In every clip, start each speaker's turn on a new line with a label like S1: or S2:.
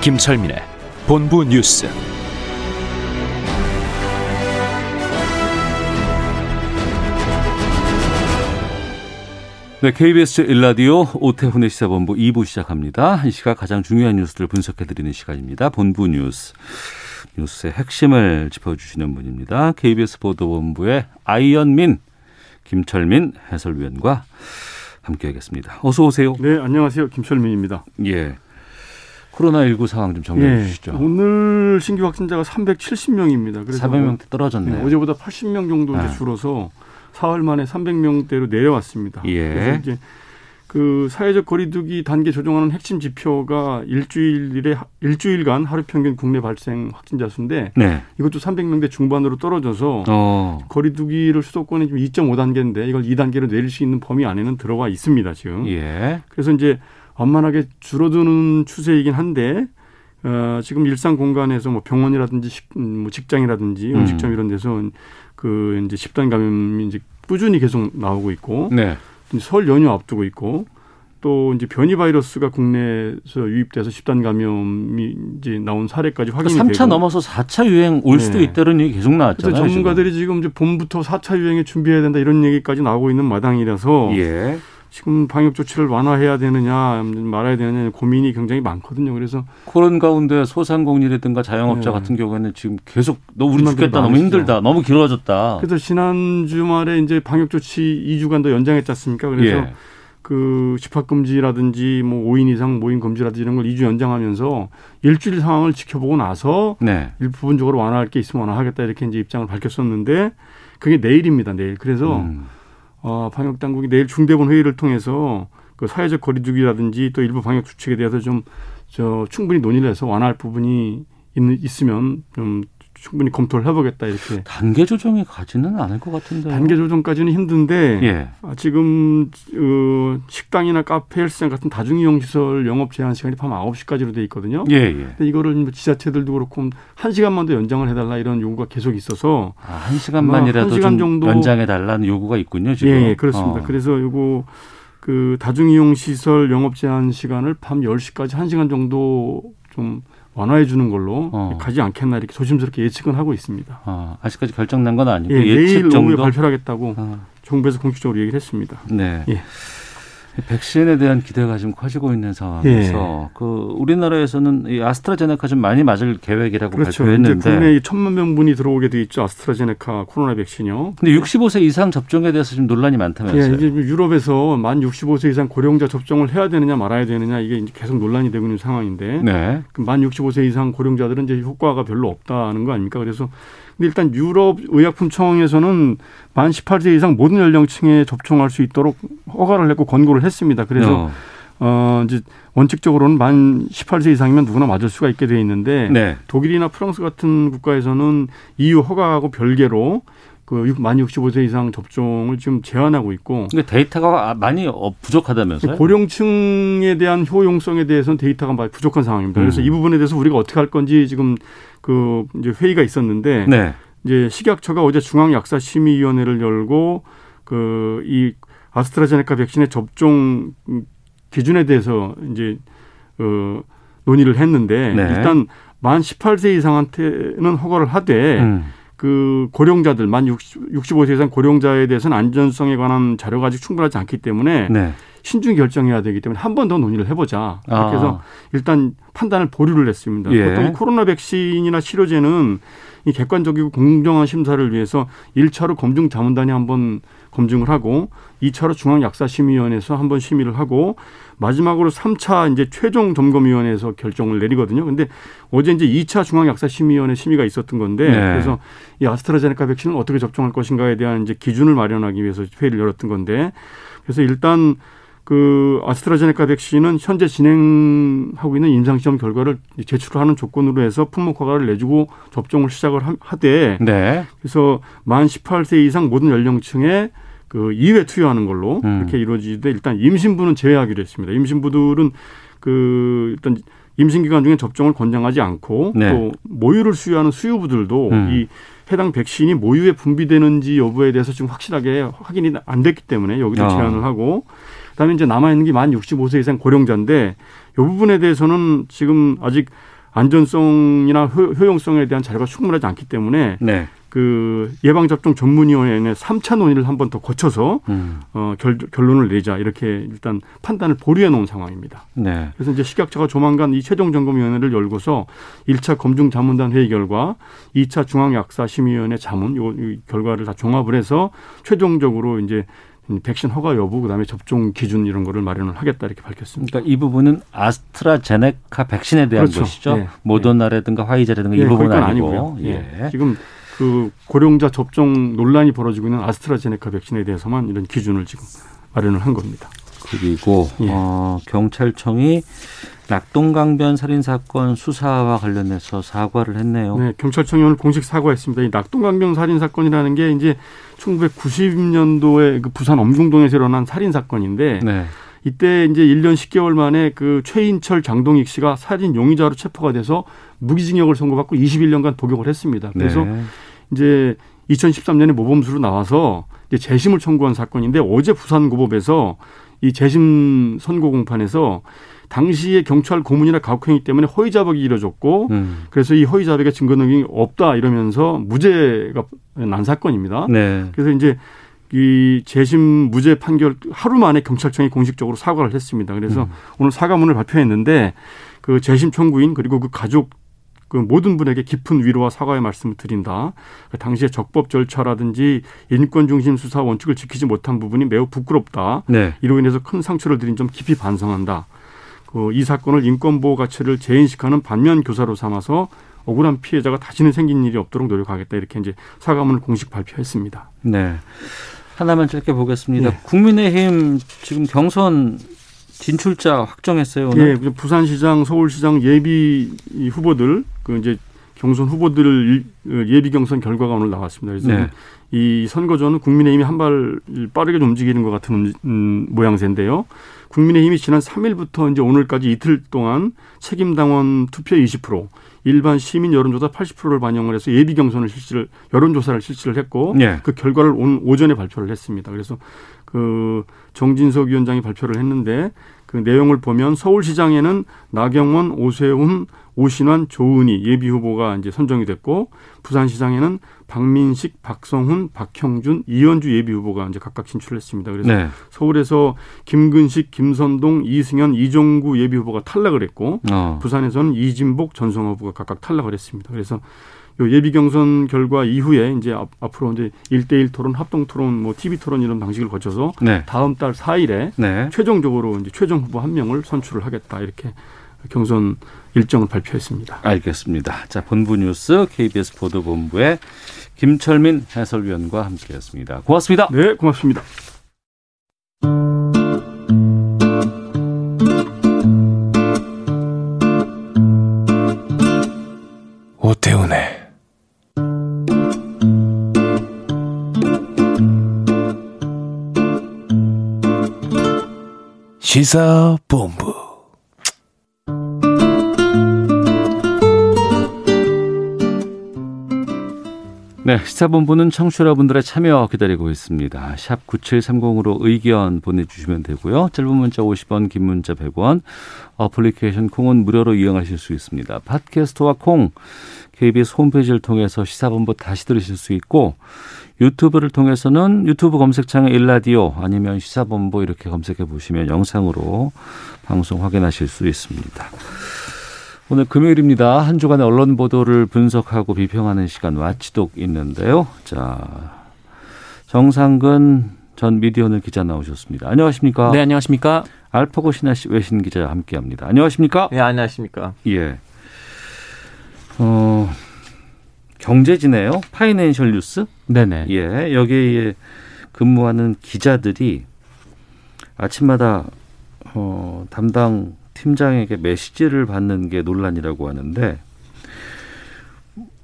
S1: 김철민의 본부 뉴스.
S2: 네, KBS 일라디오 오태훈의 시사본부 2부 시작합니다. 이 시각 가장 중요한 뉴스들을 분석해드리는 시간입니다. 본부 뉴스. 뉴스의 핵심을 짚어주시는 분입니다. KBS 보도본부의 아이언민, 김철민 해설위원과 함께하겠습니다. 어서 오세요.
S3: 네, 안녕하세요. 김철민입니다.
S2: 예. 코로나19 상황 좀 네, 정리해 주시죠.
S3: 네. 오늘 신규 확진자가 370명입니다. 그래서
S2: 400명대
S3: 네,
S2: 떨어졌네요.
S3: 어제보다 80명 정도 이제
S2: 아.
S3: 줄어서 사흘 만에 300명대로 내려왔습니다.
S2: 예.
S3: 그래서 이제 그 사회적 거리두기 단계 조정하는 핵심 지표가 일주일에 일주일간 하루 평균 국내 발생 확진자 수인데
S2: 네.
S3: 이것도 300명대 중반으로 떨어져서
S2: 어.2
S3: 거리두기를 수도권에 지금 2.5단계인데 이걸 2단계로 내릴 수 있는 범위 안에는 들어와 있습니다. 지금.
S2: 예.
S3: 그래서 이제 완만하게 줄어드는 추세이긴 한데 어, 지금 일상 공간에서 뭐 병원이라든지 식, 음, 뭐 직장이라든지
S2: 음.
S3: 음식점 이런 데서 그 이제 집단 감염이 이제 꾸준히 계속 나오고 있고
S2: 네.
S3: 이제 설 연휴 앞두고 있고 또 이제 변이 바이러스가 국내에서 유입돼서 집단 감염이 이제 나온 사례까지 확인이
S2: 그러니까 3차
S3: 되고
S2: 넘어서 4차 유행 올 수도
S3: 네.
S2: 있다는 얘기 계속 나왔잖아요.
S3: 그래서 전문가들이 지금 이제 봄부터 4차 유행에 준비해야 된다 이런 얘기까지 나오고 있는 마당이라서
S2: 지금. 예.
S3: 지금 방역 조치를 완화해야 되느냐 말아야 되느냐 고민이 굉장히 많거든요. 그래서
S2: 그런 가운데 소상공인이라든가 자영업자
S3: 네.
S2: 같은 경우에는 지금 계속 너무 우리
S3: 얼마나
S2: 죽겠다, 너무
S3: 많으시죠.
S2: 힘들다, 너무 길어졌다.
S3: 그래서 지난 주말에 이제 방역 조치 2주간 더 연장했지 않습니까? 그래서
S2: 예.
S3: 그 집합 금지라든지 뭐 5인 이상 모임 금지라든지 이런 걸 2주 연장하면서 일주일 상황을 지켜보고 나서
S2: 네.
S3: 일부분적으로 완화할 게 있으면 완화하겠다 이렇게 이제 입장을 밝혔었는데 그게 내일입니다. 내일. 그래서
S2: 음.
S3: 어, 방역 당국이 내일 중대본 회의를 통해서 그 사회적 거리두기라든지 또 일부 방역 수칙에 대해서 좀 저 충분히 논의를 해서 완화할 부분이 있, 있으면 좀 충분히 검토를 해보겠다 이렇게
S2: 단계 조정이 가지는 않을 것 같은데.
S3: 단계 조정까지는 힘든데
S2: 네. 예.
S3: 아, 지금 어, 식당이나 카페, 헬스장 같은 다중이용 시설 영업 제한 시간이 밤 9시까지로 돼 있거든요.
S2: 예, 예.
S3: 근데 이거를 뭐 지자체들도 그렇고 한 시간만 더 연장을 해달라 이런 요구가 계속 있어서
S2: 아, 한 시간만이라도
S3: 아마 한 시간
S2: 좀
S3: 정도-
S2: 연장해 달라는 요구가 있군요, 지금.
S3: 예, 예, 그렇습니다.
S2: 어.
S3: 그래서 요거 그 다중이용 시설 영업 제한 시간을 밤 10시까지 한시간 정도 좀 완화해 주는 걸로
S2: 어.
S3: 가지 않겠나 이렇게 조심스럽게 예측은 하고 있습니다.
S2: 아, 아직까지 결정난 건 아니고
S3: 예,
S2: 예, 측
S3: 내일 오후에
S2: 정도.
S3: 발표하겠다고
S2: 아,
S3: 정부에서 공식적으로 얘기를 했습니다.
S2: 네.
S3: 예.
S2: 백신에 대한 기대가 지금 커지고 있는 상황에서
S3: 예.
S2: 그 우리나라에서는 이 아스트라제네카 좀 많이 맞을 계획이라고
S3: 그렇죠. 이제
S2: 뭐 발표했는데
S3: 국내에 천만 명분이 들어오게 돼 있죠. 아스트라제네카 코로나 백신이요.
S2: 근데 65세 이상 접종에 대해서 좀 논란이
S3: 예,
S2: 많다면서요.
S3: 이제 유럽에서 만 65세 이상 고령자 접종을 해야 되느냐 말아야 되느냐 이게 이제 계속 논란이 되고 있는 상황인데
S2: 네.
S3: 그만 65세 이상 고령자들은 이제 효과가 별로 없다는 거 아닙니까? 그래서 근데 일단 유럽 의약품청에서는 만 18세 이상 모든 연령층에 접종할 수 있도록 허가를 했고 권고를 했습니다. 그래서
S2: 어,
S3: 어 이제 원칙적으로는 만 18세 이상이면 누구나 맞을 수가 있게 돼 있는데
S2: 네.
S3: 독일이나 프랑스 같은 국가에서는 EU 허가하고 별개로 그만 65세 이상 접종을 지금 제한하고 있고
S2: 근데 데이터가 아- 많이 어- 부족하다면서요?
S3: 고령층에 대한 효용성에 대해서는 데이터가 많이 부족한 상황입니다. 그래서
S2: 음.
S3: 이 부분에 대해서 우리가 어떻게 할 건지 지금 그 이제 회의가 있었는데
S2: 네.
S3: 이제 식약처가 어제 중앙약사심의위원회를 열고 그 이 아스트라제네카 백신의 접종 기준에 대해서 이제 어 논의를 했는데
S2: 네.
S3: 일단 만 18세 이상한테는 허가를 하되
S2: 음.
S3: 그 고령자들 만 60, 65세 이상 고령자에 대해서는 안전성에 관한 자료가 아직 충분하지 않기 때문에
S2: 네.
S3: 신중 결정해야 되기 때문에 한 번 더 논의를 해보자.
S2: 아.
S3: 그래서 일단 판단을 보류를 했습니다.
S2: 예.
S3: 보통 이 코로나 백신이나 치료제는 이 객관적이고 공정한 심사를 위해서 1차로 검증 자문단이 한번 검증을 하고 2차로 중앙약사심의위원회에서 한번 심의를 하고 마지막으로 3차 이제 최종 점검위원회에서 결정을 내리거든요. 근데 어제 이제 2차 중앙약사심의위원회 심의가 있었던 건데
S2: 네.
S3: 그래서 이 아스트라제네카 백신을 어떻게 접종할 것인가에 대한 이제 기준을 마련하기 위해서 회의를 열었던 건데 그래서 일단 그 아스트라제네카 백신은 현재 진행하고 있는 임상시험 결과를 제출하는 조건으로 해서 품목 허가를 내주고 접종을 시작을 하- 하되
S2: 네.
S3: 그래서 만 18세 이상 모든 연령층에 그 2회 투여하는 걸로
S2: 음.
S3: 이렇게 이루어지는데 일단 임신부는 제외하기로 했습니다. 임신부들은 그 일단 임신 기간 중에 접종을 권장하지 않고
S2: 네.
S3: 또 모유를 수유하는 수유부들도
S2: 음.
S3: 이 해당 백신이 모유에 분비되는지 여부에 대해서 지금 확실하게 확인이 안 됐기 때문에 여기도
S2: 아.
S3: 제한을 하고 그다음에 이제 남아 있는 게 만 65세 이상 고령자인데 이 부분에 대해서는 지금 아직 안전성이나 효- 효용성에 대한 자료가 충분하지 않기 때문에
S2: 네.
S3: 그 예방접종 전문위원회의 삼차 논의를 한 번 더 거쳐서
S2: 음.
S3: 어, 결, 결론을 내자 이렇게 일단 판단을 보류해 놓은 상황입니다.
S2: 네.
S3: 그래서 이제 식약처가 조만간 이 최종 점검위원회를 열고서 일차 검증 자문단 회의 결과, 이차 중앙약사심의위원회 자문 요, 이 결과를 다 종합을 해서 최종적으로 이제 음, 백신 허가 여부 그다음에 접종 기준 이런 거를 마련을 하겠다 이렇게 밝혔습니다.
S2: 그러니까 이 부분은 아스트라제네카 백신에 대한
S3: 그렇죠.
S2: 것이죠.
S3: 예.
S2: 모더나라든가 화이자라든가 이
S3: 예,
S2: 부분은
S3: 거기까지는
S2: 아니고.
S3: 예.
S2: 예.
S3: 지금 그 고령자 접종 논란이 벌어지고 있는 아스트라제네카 백신에 대해서만 이런 기준을 지금 마련을 한 겁니다.
S2: 그리고
S3: 예.
S2: 어, 경찰청이 낙동강변 살인 사건 수사와 관련해서 사과를 했네요.
S3: 네, 경찰청이 오늘 공식 사과했습니다. 이 낙동강변 살인 사건이라는 게 이제 1990년도에 그 부산 엄중동에서 일어난 살인 사건인데
S2: 네.
S3: 이때 이제 1년 10개월 만에 그 최인철 장동익 씨가 살인 용의자로 체포가 돼서 무기징역을 선고받고 21년간 복역을 했습니다. 그래서
S2: 네.
S3: 이제 2013년에 모범수로 나와서 이제 재심을 청구한 사건인데 어제 부산고법에서 이 재심 선고 공판에서 당시에 경찰 고문이나 가혹행위 때문에 허위자백이 이뤄졌고
S2: 음.
S3: 그래서 이 허위자백의 증거 능력이 없다 이러면서 무죄가 난 사건입니다.
S2: 네.
S3: 그래서 이제 이 재심 무죄 판결 하루 만에 경찰청이 공식적으로 사과를 했습니다. 그래서 오늘 사과문을 발표했는데 그 재심 청구인 그리고 그 가족 그 모든 분에게 깊은 위로와 사과의 말씀을 드린다. 그 당시에 적법 절차라든지 인권 중심 수사 원칙을 지키지 못한 부분이 매우 부끄럽다.
S2: 네.
S3: 이로 인해서 큰 상처를 드린 점 깊이 반성한다. 그 이 사건을 인권보호 가치를 재인식하는 반면 교사로 삼아서 억울한 피해자가 다시는 생긴 일이 없도록 노력하겠다. 이렇게 이제 사과문을 공식 발표했습니다.
S2: 네. 하나만 짧게 보겠습니다.
S3: 예.
S2: 국민의힘 지금 경선 진출자 확정했어요 오늘.
S3: 예, 그래서 부산시장, 서울시장 예비 이 후보들 그 이제 경선 후보들 일- 어, 예비 경선 결과가 오늘 나왔습니다. 그래서
S2: 네.
S3: 이 선거전은 국민의힘이 한 발 빠르게 좀 움직이는 것 같은 음- 음, 모양새인데요. 국민의힘이 지난 3일부터 이제 오늘까지 이틀 동안 책임 당원 투표 20%, 일반 시민 여론조사 80%를 반영을 해서 예비 경선을 실시를 여론조사를 실시를 했고
S2: 예.
S3: 그 결과를 오늘 오전에 발표를 했습니다. 그래서 그 정진석 위원장이 발표를 했는데 그 내용을 보면 서울시장에는 나경원, 오세훈, 오신환, 조은희 예비 후보가 이제 선정이 됐고 부산시장에는 박민식, 박성훈, 박형준, 이현주 예비 후보가 이제 각각 진출했습니다. 그래서
S2: 네.
S3: 서울에서 김근식, 김선동, 이승현, 이종구 예비 후보가 탈락을 했고
S2: 어.
S3: 부산에서는 이진복, 전성호 후보가 각각 탈락을 했습니다. 그래서 요 예비 경선 결과 이후에 이제 앞- 앞으로 이제 일대일 토론, 합동 토론, 뭐 TV 토론 이런 방식을 거쳐서
S2: 네.
S3: 다음 달 4일에
S2: 네.
S3: 최종적으로 이제 최종 후보 한 명을 선출을 하겠다 이렇게 경선 일정을 발표했습니다.
S2: 알겠습니다. 자, 본부 뉴스 KBS 보도본부의 김철민 해설위원과 함께했습니다. 고맙습니다.
S3: 네, 고맙습니다.
S4: 오태훈의 시사본부
S2: 네, 시사본부는 청취자분들의 참여 기다리고 있습니다. 샵 9730으로 의견 보내주시면 되고요. 짧은 문자 50원, 긴 문자 100원, 어플리케이션 콩은 무료로 이용하실 수 있습니다. 팟캐스트와 콩, KBS 홈페이지를 통해서 시사본부 다시 들으실 수 있고, 유튜브를 통해서는 유튜브 검색창에 일라디오 아니면 시사본부 이렇게 검색해 보시면 영상으로 방송 확인하실 수 있습니다. 오늘 금요일입니다. 한 주간의 언론 보도를 분석하고 비평하는 시간 와치독 있는데요. 자, 정상근 전 미디어오늘 기자 나오셨습니다. 안녕하십니까?
S5: 네, 안녕하십니까?
S2: 알파고 신하 씨 외신 기자 함께합니다. 안녕하십니까?
S5: 네, 안녕하십니까?
S2: 예. 어, 경제지네요. 파이낸셜 뉴스.
S5: 네네.
S2: 예, 여기에 근무하는 기자들이 아침마다 어, 담당 팀장에게 메시지를 받는 게 논란이라고 하는데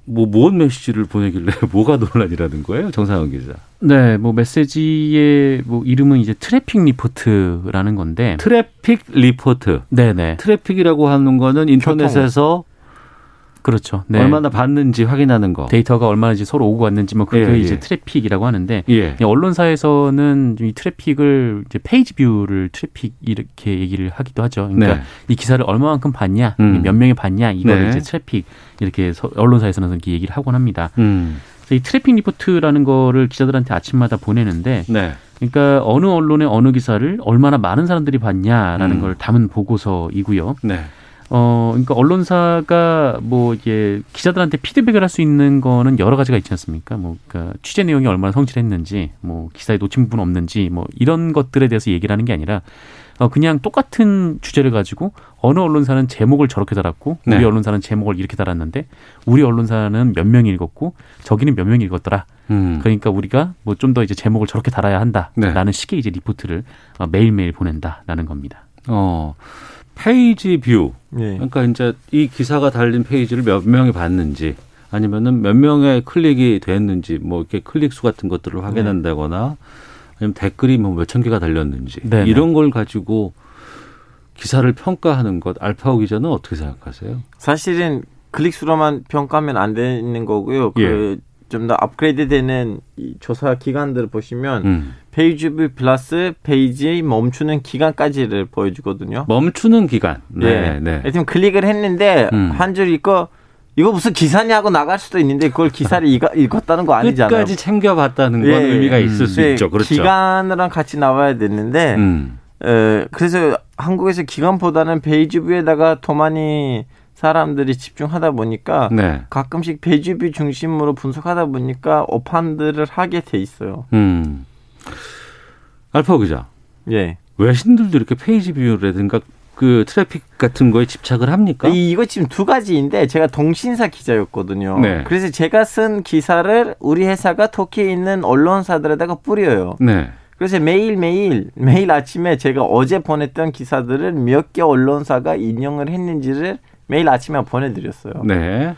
S2: 뭐 뭔 메시지를 보내길래 뭐가 논란이라는 거예요, 정상훈 기자?
S5: 네, 뭐 메시지의 뭐 이름은 이제 트래픽 리포트라는 건데.
S2: 트래픽 리포트.
S5: 네, 네.
S2: 트래픽이라고 하는 거는 인터넷에서
S5: 그렇죠. 네.
S2: 얼마나 받는지 확인하는 거.
S5: 데이터가 얼마나 이제 서로 오고 갔는지 뭐 그게
S2: 예, 예.
S5: 이제 트래픽이라고 하는데
S2: 예.
S5: 이 언론사에서는 좀이 트래픽을 이제 페이지 뷰를 트래픽 이렇게 얘기를 하기도 하죠. 그러니까
S2: 네.
S5: 이 기사를 얼마만큼 봤냐,
S2: 음.
S5: 몇 명이 봤냐 이걸
S2: 네.
S5: 이제 트래픽 이렇게 서- 언론사에서는 이렇게 얘기를 하곤 합니다.
S2: 음.
S5: 그래서 이 트래픽 리포트라는 거를 기자들한테 아침마다 보내는데
S2: 네.
S5: 그러니까 어느 언론의 어느 기사를 얼마나 많은 사람들이 봤냐라는
S2: 음.
S5: 걸 담은 보고서이고요.
S2: 네.
S5: 어, 그러니까 언론사가 뭐 이게 기자들한테 피드백을 할 수 있는 거는 여러 가지가 있지 않습니까? 뭐 그러니까 취재 내용이 얼마나 성실했는지, 뭐 기사에 놓친 부분 없는지, 뭐 이런 것들에 대해서 얘기를 하는 게 아니라 어 그냥 똑같은 주제를 가지고 어느 언론사는 제목을 저렇게 달았고
S2: 네.
S5: 우리 언론사는 제목을 이렇게 달았는데 우리 언론사는 몇 명이 읽었고 저기는 몇 명이 읽었더라.
S2: 음.
S5: 그러니까 우리가 뭐 좀 더 이제 제목을 저렇게 달아야 한다라는 식의 이제 리포트를 어, 매일매일 보낸다라는 겁니다.
S2: 어. 페이지 뷰.
S6: 예.
S2: 그러니까 이제 이 기사가 달린 페이지를 몇 명이 봤는지 아니면은 몇 명의 클릭이 됐는지 뭐 이렇게 클릭 수 같은 것들을 확인한다거나 아니면 댓글이 뭐 몇천 개가 달렸는지
S5: 네, 네.
S2: 이런 걸 가지고 기사를 평가하는 것 알파오 기자는 어떻게 생각하세요?
S6: 사실은 클릭수로만 평가하면 안 되는 거고요.
S2: 예.
S6: 그 좀 더 업그레이드되는 이 조사 기간들을 보시면
S2: 음.
S6: 페이지 뷰 플러스 페이지 멈추는 기간까지를
S2: 뭐,
S6: 보여주거든요.
S2: 멈추는 기간.
S6: 예. 하여튼 클릭을 했는데
S2: 네, 음.
S6: 한 줄 읽고 이거 무슨 기사냐 하고 나갈 수도 있는데 그걸 기사를 읽- 읽었다는 거 아니잖아요.
S2: 끝까지 챙겨봤다는 건
S6: 예, 예.
S2: 의미가 있을 수
S6: 네,
S2: 있죠. 그렇죠.
S6: 기간이랑 같이 나와야 되는데
S2: 음.
S6: 에, 그래서 한국에서 기간보다는 페이지 뷰에다가 더 많이 사람들이 집중하다 보니까
S2: 네.
S6: 가끔씩 페이지 뷰 중심으로 분석하다 보니까 오판들을 하게 돼 있어요.
S2: 음. 알파오 기자.
S6: 예.
S2: 외신들도 이렇게 페이지 뷰라든가 그 트래픽 같은 거에 집착을 합니까?
S6: 그러니까 이, 이거 지금 두 가지인데 제가 동신사 기자였거든요.
S2: 네.
S6: 그래서 제가 쓴 기사를 우리 회사가 터키에 있는 언론사들에다가 뿌려요.
S2: 네.
S6: 그래서 매일매일 매일 아침에 제가 어제 보냈던 기사들을 몇 개 언론사가 인용을 했는지를 매일 아침에 보내드렸어요.
S2: 네.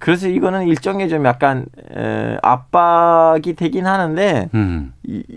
S6: 그래서 이거는 일종의 좀 약간 에, 압박이 되긴 하는데
S2: 음.
S6: 이, 이-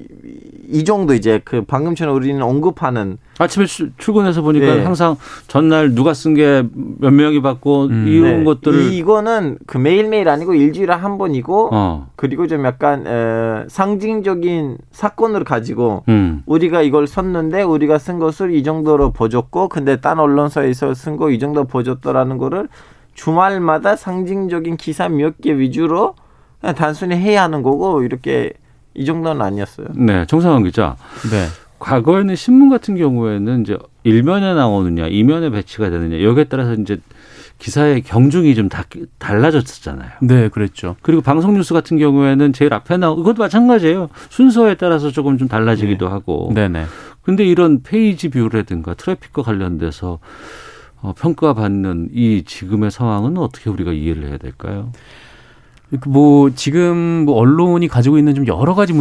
S6: 이 정도 이제 그 방금처럼 우리는 언급하는
S2: 아침에 출- 출근해서 보니까
S6: 네.
S2: 항상 전날 누가 쓴 게 몇 명이 받고
S5: 음.
S2: 이런
S6: 네,
S2: 것들을
S6: 이거는 그 매일매일 아니고 일주일에 한 번이고
S2: 어.
S6: 그리고 좀 약간 에, 상징적인 사건을 가지고
S2: 음.
S6: 우리가 이걸 썼는데 우리가 쓴 것을 이 정도로 보줬고 근데 딴 언론사에서 쓴 거 이 정도 보줬더라는 거를 주말마다 상징적인 기사 몇 개 위주로 그냥 단순히 해야 하는 거고 이렇게 이 정도는 아니었어요.
S2: 네. 정상원 기자.
S5: 네.
S2: 과거에는 신문 같은 경우에는 이제 일면에 나오느냐, 이면에 배치가 되느냐 여기에 따라서 이제 기사의 경중이 좀 다, 달라졌었잖아요.
S5: 네, 그랬죠.
S2: 그리고 방송 뉴스 같은 경우에는 제일 앞에 나오 그것도 마찬가지예요. 순서에 따라서 조금 좀 달라지기도 하고.
S5: 네네.
S2: 근데 이런 페이지 뷰라든가 트래픽과 관련돼서 어, 평가받는 이 지금의 상황은 어떻게 우리가 이해를 해야 될까요?
S5: 그뭐 지금 뭐 언론이 가지고 있는 좀 여러 가지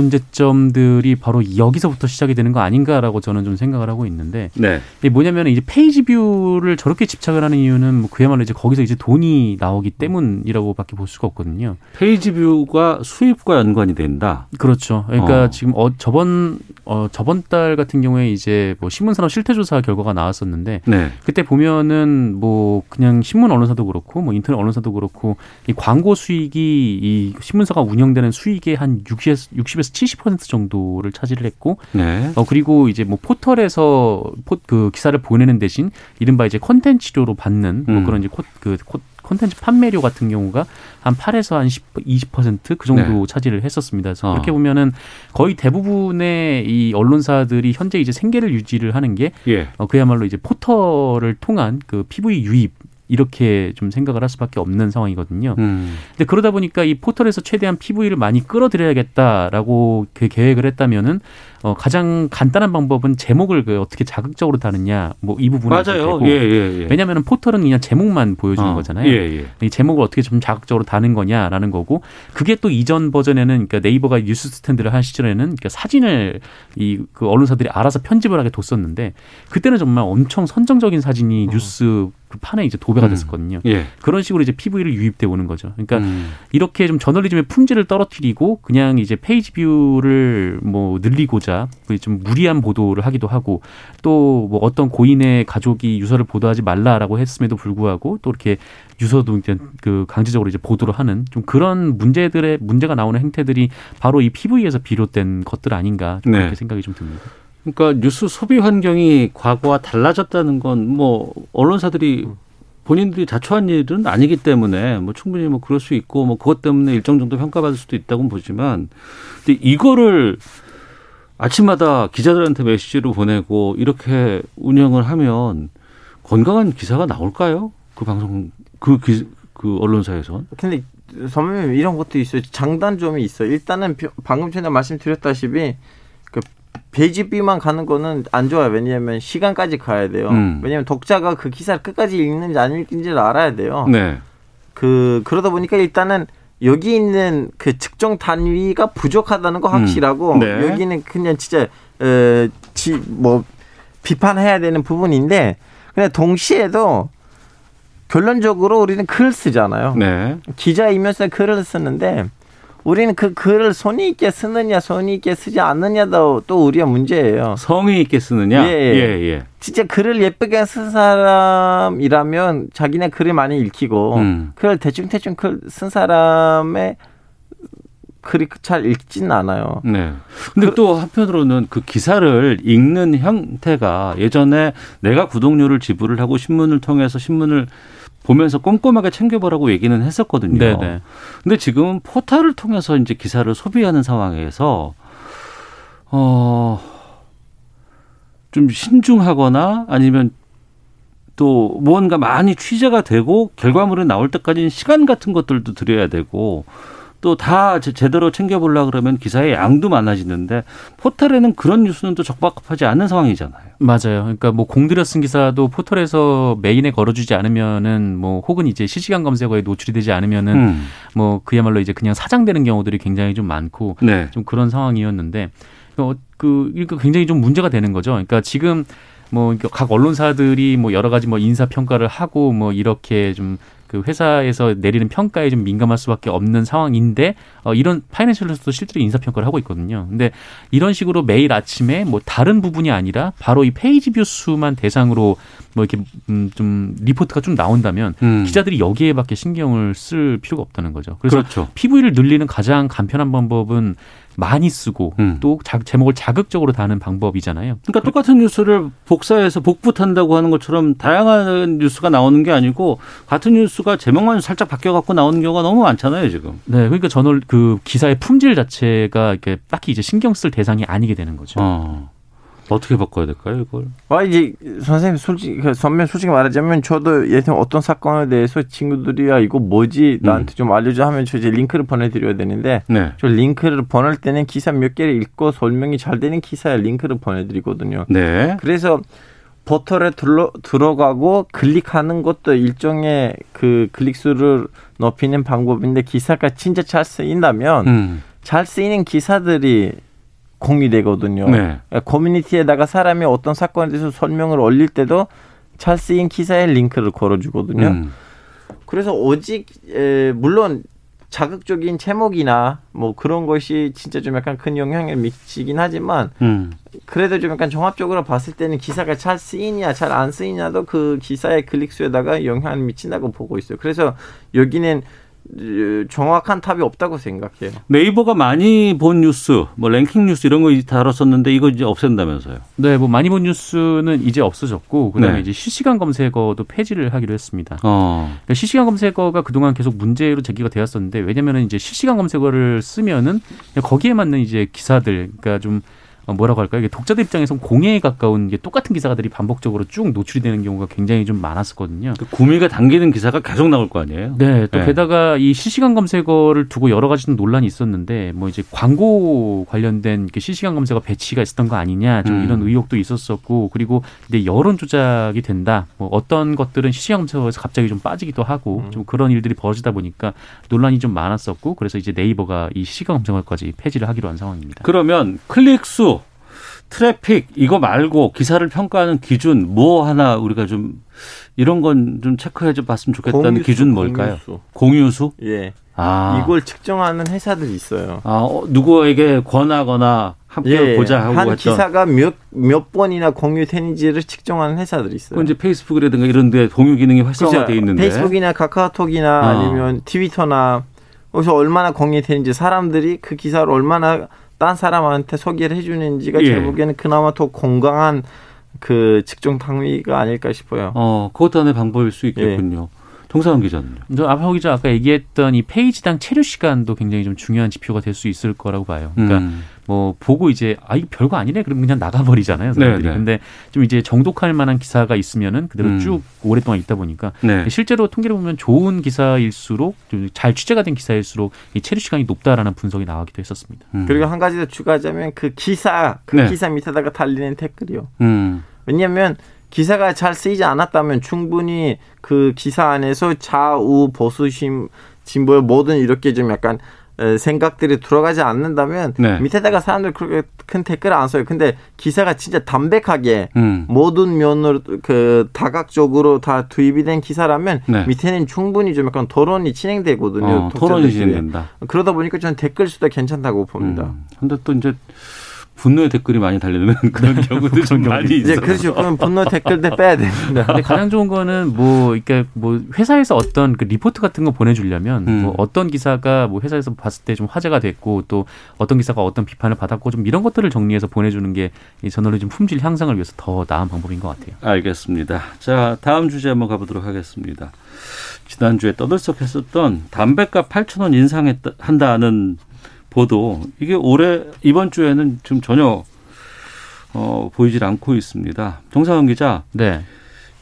S5: 문제점들이 바로 여기서부터 시작이 되는 거 아닌가라고 저는 좀 생각을 하고 있는데
S2: 네.
S5: 이게 뭐냐면 이제 페이지 뷰를 저렇게 집착을 하는 이유는 뭐 그야말로 이제 거기서 이제 돈이 나오기 때문이라고밖에 볼 수가 없거든요.
S2: 페이지 뷰가 수입과 연관이 된다.
S5: 그렇죠. 그러니까
S2: 어.
S5: 지금 어 저번 어 저번 달 같은 경우에 이제 뭐 신문산업 실태조사 결과가 나왔었는데
S2: 네.
S5: 그때 보면은 뭐 그냥 신문 언론사도 그렇고 뭐 인터넷 언론사도 그렇고 이 광고 수익이 이 신문사가 운영되는 수익의 한 60에서 60에서 70% 정도를 차지를 했고
S2: 네.
S5: 어 그리고 이제 뭐 포털에서 포, 그 기사를 보내는 대신 이른바 이제 콘텐츠료로 받는 뭐
S2: 음.
S5: 그런 이제 코, 그 코, 콘텐츠 판매료 같은 경우가 한 8에서 한 10, 20%그 정도
S2: 네.
S5: 차지를 했었습니다. 그래서
S2: 어.
S5: 그렇게 보면은 거의 대부분의 이 언론사들이 현재 이제 생계를 유지를 하는 게
S2: 예.
S5: 어, 그야말로 이제 포털을 통한 그 PV 유입 이렇게 좀 생각을 할 수밖에 없는 상황이거든요.
S2: 음.
S5: 근데 그러다 보니까 이 포털에서 최대한 PV를 많이 끌어들여야겠다라고 그 계획을 했다면은 어, 가장 간단한 방법은 제목을 그 어떻게 자극적으로 다느냐 뭐 이 부분이
S2: 맞아요. 예, 예, 예.
S5: 왜냐하면 포털은 그냥 제목만 보여주는
S2: 어,
S5: 거잖아요.
S2: 예, 예.
S5: 이 제목을 어떻게 좀 자극적으로 다는 거냐라는 거고 그게 또 이전 버전에는 그러니까 네이버가 뉴스 스탠드를 한 시절에는 그러니까 사진을 이 그 언론사들이 알아서 편집을 하게 뒀었는데 그때는 정말 엄청 선정적인 사진이 뉴스 그 판에 이제 도배가
S2: 어. 음.
S5: 됐었거든요.
S2: 예.
S5: 그런 식으로 이제 PV를 유입돼 오는 거죠. 그러니까
S2: 음.
S5: 이렇게 좀 저널리즘의 품질을 떨어뜨리고 그냥 이제 페이지 뷰를 뭐 늘리고자 좀 무리한 보도를 하기도 하고 또 뭐 어떤 고인의 가족이 유서를 보도하지 말라라고 했음에도 불구하고 또 이렇게 유서도 이제 그 강제적으로 이제 보도를 하는 좀 그런 문제들의 문제가 나오는 행태들이 바로 이 PV에서 비롯된 것들 아닌가 좀
S2: 네.
S5: 그렇게 생각이 좀 듭니다.
S2: 그러니까 뉴스 소비 환경이 과거와 달라졌다는 건 뭐 언론사들이 본인들이 자초한 일은 아니기 때문에 뭐 충분히 뭐 그럴 수 있고 뭐 그것 때문에 일정 정도 평가받을 수도 있다고 보지만 근데 이거를 아침마다 기자들한테 메시지로 보내고 이렇게 운영을 하면 건강한 기사가 나올까요? 그 방송 그, 기, 그 언론사에선
S6: 근데 선배님 이런 것도 있어요. 장단점이 있어. 요 일단은 비- 방금 전에 말씀드렸다시피 그 페이지 B만 가는 거는 안 좋아요. 왜냐하면 시간까지 가야 돼요.
S2: 음.
S6: 왜냐하면 독자가 그 기사를 끝까지 읽는지 안 읽는지를 알아야 돼요.
S2: 네.
S6: 그 그러다 보니까 일단은 여기 있는 그 측정 단위가 부족하다는 거 확실하고
S2: 음. 네.
S6: 여기는 그냥 진짜 어, 어뭐 비판해야 되는 부분인데 근데 동시에도 결론적으로 우리는 글 쓰잖아요.
S2: 네.
S6: 기자이면서 글을 쓰는데 우리는 그 글을 손이 있게 쓰느냐 손이 있게 쓰지 않느냐도 또 우리의 문제예요.
S2: 성의 있게 쓰느냐?
S6: 예, 예. 진짜 글을 예쁘게 쓴 사람이라면 자기네 글을 많이 읽히고
S2: 음.
S6: 글을 대충대충 글 쓴 사람의 글이 잘 읽진 않아요.
S2: 네. 근데 또 한편으로는 그 기사를 읽는 형태가 예전에 내가 구독료를 지불을 하고 신문을 통해서 신문을 보면서 꼼꼼하게 챙겨보라고 얘기는 했었거든요.
S5: 네네.
S2: 근데 지금은 포털을 통해서 이제 기사를 소비하는 상황에서 어, 좀 신중하거나 아니면 또 무언가 많이 취재가 되고 결과물이 나올 때까지는 시간 같은 것들도 들여야 되고 또 다 제대로 챙겨보려고 그러면 기사의 양도 많아지는데 포털에는 그런 뉴스는 또 적박하지 않은 상황이잖아요.
S5: 맞아요. 그러니까 뭐 공들여 쓴 기사도 포털에서 메인에 걸어주지 않으면은 뭐 혹은 이제 실시간 검색어에 노출이 되지 않으면은
S2: 음.
S5: 뭐 그야말로 이제 그냥 사장되는 경우들이 굉장히 좀 많고
S2: 네.
S5: 좀 그런 상황이었는데 어, 그 그러니까 굉장히 좀 문제가 되는 거죠. 그러니까 지금 뭐 각 언론사들이 뭐 여러 가지 뭐 인사 평가를 하고 뭐 이렇게 좀 그 회사에서 내리는 평가에 좀 민감할 수밖에 없는 상황인데 어 이런 파이낸셜에서도 실제로 인사 평가를 하고 있거든요. 근데 이런 식으로 매일 아침에 뭐 다른 부분이 아니라 바로 이 페이지 뷰 수만 대상으로 뭐 이렇게 음, 좀 리포트가 좀 나온다면
S2: 음.
S5: 기자들이 여기에밖에 신경을 쓸 필요가 없다는 거죠. 그래서
S2: 그렇죠.
S5: PV를 늘리는 가장 간편한 방법은 많이 쓰고
S2: 음.
S5: 또 자- 제목을 자극적으로 다는 방법이잖아요.
S2: 그러니까 똑같은 뉴스를 복사해서 복붙한다고 하는 것처럼 다양한 뉴스가 나오는 게 아니고 같은 뉴스가 제목만 살짝 바뀌어 갖고 나오는 경우가 너무 많잖아요, 지금.
S5: 네, 그러니까 저는 그 기사의 품질 자체가 이렇게 딱히 이제 신경 쓸 대상이 아니게 되는 거죠.
S2: 어. 어떻게 바꿔야 될까요, 이걸?
S6: 아 이제 선생님 솔직히 그 선배님 솔직히 말하자면 저도 예전 어떤 사건에 대해서 친구들이야 이거 뭐지 나한테 좀 알려줘 하면 저 이제 링크를 보내드려야 되는데
S2: 네.
S6: 저 링크를 보낼 때는 기사 몇 개를 읽고 설명이 잘 되는 기사에 링크를 보내드리거든요.
S2: 네.
S6: 그래서 포털에 들러, 들어가고 클릭하는 것도 일종의 그 클릭수를 높이는 방법인데 기사가 진짜 잘 쓰인다면
S2: 음.
S6: 잘 쓰이는 기사들이 공유되거든요. 그러니까
S2: 네.
S6: 커뮤니티에다가 사람이 어떤 사건에 대해서 설명을 올릴 때도 잘 쓰인 기사에 링크를 걸어주거든요.
S2: 음.
S6: 그래서 오직 에, 물론 자극적인 제목이나 뭐 그런 것이 진짜 좀 약간 큰 영향을 미치긴 하지만
S2: 음.
S6: 그래도 좀 약간 종합적으로 봤을 때는 기사가 잘 쓰이냐 잘 안 쓰이냐도 그 기사의 클릭 수에다가 영향을 미친다고 보고 있어요. 그래서 여기는 으, 정확한 답이 없다고 생각해요.
S2: 네이버가 많이 본 뉴스, 뭐 랭킹 뉴스 이런 거 이제 다뤘었는데 이거 이제 없앤다면서요.
S5: 네, 뭐 많이 본 뉴스는 이제 없어졌고 그다음에
S2: 네.
S5: 이제 실시간 검색어도 폐지를 하기로 했습니다.
S2: 어.
S5: 그러니까 실시간 검색어가 그동안 계속 문제로 제기가 되었었는데 왜냐면은 이제 실시간 검색어를 쓰면은 그냥 거기에 맞는 이제 기사들 그러니까 좀 어, 뭐라고 할까요? 이게 독자들 입장에선 공예에 가까운 이게 똑같은 기사들이 반복적으로 쭉 노출이 되는 경우가 굉장히 좀 많았었거든요.
S2: 그 구미가 당기는 기사가 계속 나올 거 아니에요?
S5: 네, 또
S2: 네.
S5: 게다가 이 실시간 검색어를 두고 여러 가지 좀 논란이 있었는데 뭐 이제 광고 관련된 이렇게 실시간 검색어 배치가 있었던 거 아니냐 좀
S2: 음.
S5: 이런 의혹도 있었었고 그리고 근데 여론 조작이 된다. 뭐 어떤 것들은 실시간 검색어에서 갑자기 좀 빠지기도 하고 좀 그런 일들이 벌어지다 보니까 논란이 좀 많았었고 그래서 이제 네이버가 이 실시간 검색어까지 폐지를 하기로 한 상황입니다.
S2: 그러면 클릭 수, 트래픽 이거 말고 기사를 평가하는 기준 뭐 하나 우리가 좀 이런 건 좀 체크해 줘 봤으면 좋겠다는
S6: 공유수,
S2: 기준 뭘까요?
S6: 공유수.
S2: 공유수?
S6: 예.
S2: 아.
S6: 이걸 측정하는 회사들 있어요.
S2: 아, 어, 누구에게 권하거나 함께 보자 하고
S6: 예, 한
S2: 했던
S6: 기사가 몇, 몇 번이나 공유되는지를 측정하는 회사들이 있어요.
S2: 그건 이제 페이스북이라든가 이런 데 공유 기능이 활성화돼
S6: 그죠?
S2: 있는데
S6: 페이스북이나 카카오톡이나
S2: 아.
S6: 아니면 트위터나 거기서 얼마나 공유되는지 사람들이 그 기사를 얼마나 딴 사람한테 소개를 해주는지가
S2: 예.
S6: 결국에는 그나마 더 건강한 그 측정 방위가 아닐까 싶어요.
S2: 어, 그것도 하나의 방법일
S6: 예.
S2: 수 있겠군요. 정상훈 기자는요.
S5: 저 아파 기자 아까 얘기했던 이 페이지당 체류 시간도 굉장히 좀 중요한 지표가 될 수 있을 거라고 봐요. 그러니까
S2: 음.
S5: 뭐 보고 이제 아 이거 별거 아니네 그럼 그냥 나가버리잖아요 사람들이
S2: 네, 네.
S5: 근데 좀 이제 정독할 만한 기사가 있으면은 그대로
S2: 음.
S5: 쭉 오랫동안 있다 보니까
S2: 네.
S5: 실제로 통계를 보면 좋은 기사일수록 좀 잘 취재가 된 기사일수록 이 체류 시간이 높다라는 분석이 나오기도 했었습니다
S2: 음.
S6: 그리고 한 가지 더 추가하자면 그 기사, 그
S2: 네.
S6: 기사 밑에다가 달리는 댓글이요.
S2: 음.
S6: 왜냐하면 기사가 잘 쓰이지 않았다면 충분히 그 기사 안에서 좌우 보수심 진보의 뭐든 이렇게 좀 약간 에, 생각들이 들어가지 않는다면
S2: 네.
S6: 밑에다가 사람들 그렇게 큰 댓글을 안 써요. 근데 기사가 진짜 담백하게
S2: 음.
S6: 모든 면으로 그 다각적으로 다 투입이 된 기사라면
S2: 네.
S6: 밑에는 충분히 좀 약간 토론이 진행되거든요.
S2: 어,
S6: 음. 독자들끼리.
S2: 토론이 진행된다.
S6: 그러다 보니까 저는 댓글 수도 괜찮다고 봅니다.
S2: 음. 근데 또 이제 분노의 댓글이 많이 달리는 네, 그런 경우도 좀 많이
S6: 이제
S2: 있어요.
S6: 그렇죠. 그럼 분노 댓글들 빼야 됩니다.
S5: 근데 가장 좋은 거는 뭐 이렇게 뭐 회사에서 어떤 그 리포트 같은 거 보내주려면
S2: 음.
S5: 뭐 어떤 기사가 뭐 회사에서 봤을 때 좀 화제가 됐고 또 어떤 기사가 어떤 비판을 받았고 좀 이런 것들을 정리해서 보내주는 게 이 저널리즘 품질 향상을 위해서 더 나은 방법인 것 같아요.
S2: 알겠습니다. 자, 다음 주제 한번 가보도록 하겠습니다. 지난주에 떠들썩했었던 담배값 8,000원 인상한다는 보도 이게 올해 이번 주에는 지금 전혀 어, 보이질 않고 있습니다. 정상훈 기자,
S5: 네.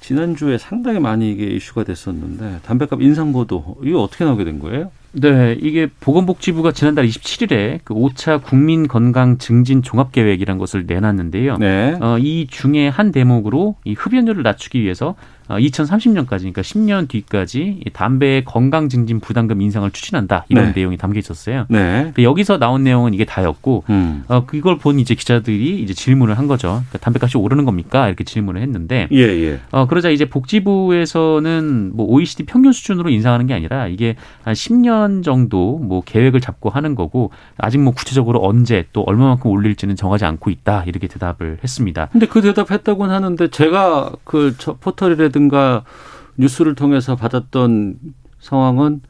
S2: 지난주에 상당히 많이 이게 이슈가 됐었는데 담배값 인상 보도 이거 어떻게 나오게 된 거예요?
S5: 네, 이게 보건복지부가 지난달 27일에 그 5차 국민 건강 증진 종합 계획이라는 것을 내놨는데요.
S2: 네.
S5: 어, 이 중에 한 대목으로 이 흡연율을 낮추기 위해서 어, 2030년까지, 그러니까 10년 뒤까지 이 담배의 건강 증진 부담금 인상을 추진한다 이런
S2: 네.
S5: 내용이 담겨 있었어요.
S2: 네.
S5: 근데 여기서 나온 내용은 이게 다였고
S2: 음.
S5: 어, 그걸 본 이제 기자들이 이제 질문을 한 거죠. 그러니까 담배값이 오르는 겁니까? 이렇게 질문을 했는데
S2: 예, 예.
S5: 어, 그러자 이제 복지부에서는 뭐 OECD 평균 수준으로 인상하는 게 아니라 이게 한 10년 정도 뭐 계획을 잡고 하는 거고 아직 뭐 구체적으로 언제 또 얼마만큼 올릴지는 정하지 않고 있다 이렇게 대답을 했습니다.
S2: 근데 그 대답했다고는 하는데 제가 그 저- 포털이라든가 뉴스를 통해서 받았던 상황은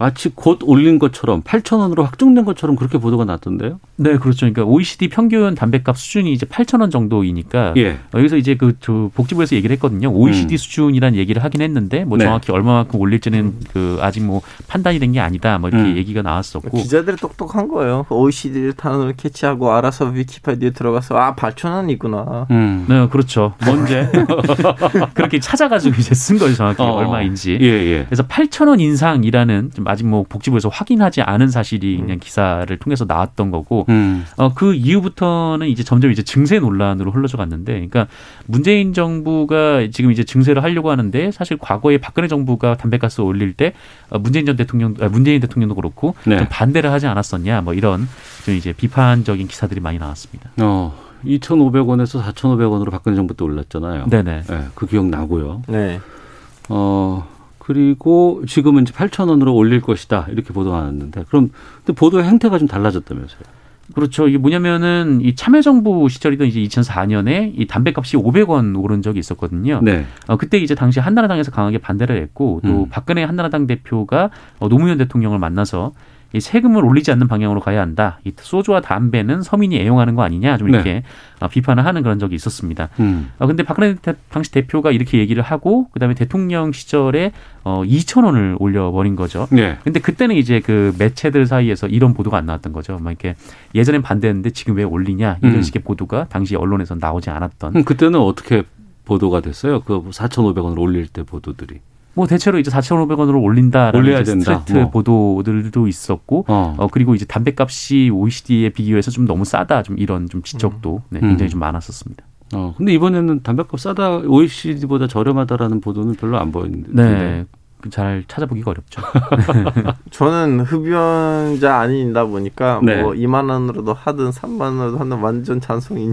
S2: 마치 곧 올린 것처럼 8천 원으로 확정된 것처럼 그렇게 보도가 났던데요.
S5: 네, 그렇죠. 그러니까 OECD 평균 담배값 수준이 이제 8,000원 정도이니까
S2: 예.
S5: 어, 여기서 이제 그 저 복지부에서 얘기를 했거든요. OECD
S2: 음.
S5: 수준이란 얘기를 하긴 했는데 뭐
S2: 네.
S5: 정확히 얼마만큼 올릴지는 그 아직 뭐 판단이 된 게 아니다. 뭐 이렇게
S2: 음.
S5: 얘기가 나왔었고
S6: 뭐 기자들이 똑똑한 거예요. 그 OECD를 단어를 캐치하고 알아서 위키pedia 들어가서 아 8천 원이구나.
S2: 음.
S5: 네, 그렇죠.
S2: 언제?
S5: 그렇게 찾아가지고 이제 쓴 거죠. 정확히
S2: 어.
S5: 얼마인지.
S2: 예, 예.
S5: 그래서 8,000원 인상이라는 좀 아직 뭐 복지부에서 확인하지 않은 사실이 그냥 기사를 통해서 나왔던 거고
S2: 음.
S5: 어, 그 이후부터는 이제 점점 이제 증세 논란으로 흘러져 갔는데, 그러니까 문재인 정부가 지금 이제 증세를 하려고 하는데, 사실 과거에 박근혜 정부가 담배가스 올릴 때, 어, 문재인 전 대통령, 아, 문재인 대통령도 그렇고,
S2: 네.
S5: 좀 반대를 하지 않았었냐, 뭐 이런 좀 이제 비판적인 기사들이 많이 나왔습니다.
S2: 어. 2,500원에서 4,500원으로 박근혜 정부 때 올랐잖아요.
S5: 네네.
S2: 예, 그 기억 나고요.
S6: 네.
S2: 어. 그리고 지금은 이제 8,000원으로 올릴 것이다. 이렇게 보도가 났는데 그럼 근데 보도의 행태가 좀 달라졌다면서요.
S5: 그렇죠. 이게 뭐냐면은 이 참여정부 시절이던 이제 2004년에 이 담배값이 500원 오른 적이 있었거든요.
S2: 네.
S5: 어, 그때 이제 당시 한나라당에서 강하게 반대를 했고 또
S2: 음.
S5: 박근혜 한나라당 대표가 어, 노무현 대통령을 만나서 이 세금을 올리지 않는 방향으로 가야 한다. 이 소주와 담배는 서민이 애용하는 거 아니냐 좀
S2: 네.
S5: 이렇게 아, 비판을 하는 그런 적이 있었습니다.
S2: 음.
S5: 아 근데 박근혜 대- 당시 대표가 이렇게 얘기를 하고 그다음에 대통령 시절에 어 2천 원을 올려버린 거죠.
S2: 네.
S5: 근데 그때는 이제 그 매체들 사이에서 이런 보도가 안 나왔던 거죠. 막 이렇게 예전엔 반대했는데 지금 왜 올리냐 이런
S2: 음.
S5: 식의 보도가 당시 언론에서 나오지 않았던.
S2: 그럼 그때는 어떻게 보도가 됐어요? 그 4,500원을 올릴 때 보도들이.
S5: 뭐 대체로 이제 4,500원으로 올린다라는
S2: 올려야
S5: 이제
S2: 된다.
S5: 스트레이트
S2: 뭐.
S5: 보도들도 있었고
S2: 어.
S5: 어 그리고 이제 담배값이 OECD에 비교해서 좀 너무 싸다 좀 이런 좀 지적도 네, 굉장히
S2: 음.
S5: 좀 많았었습니다.
S2: 어. 근데 이번에는 담배값 싸다, OECD보다 저렴하다라는 보도는 별로 안 보이는데.
S5: 네. 그잘 찾아보기가 어렵죠.
S6: 저는 흡연자 아니다 보니까
S2: 네.
S6: 뭐 2만 원으로도 하든 3만 원으로도 하든 완전 찬성인.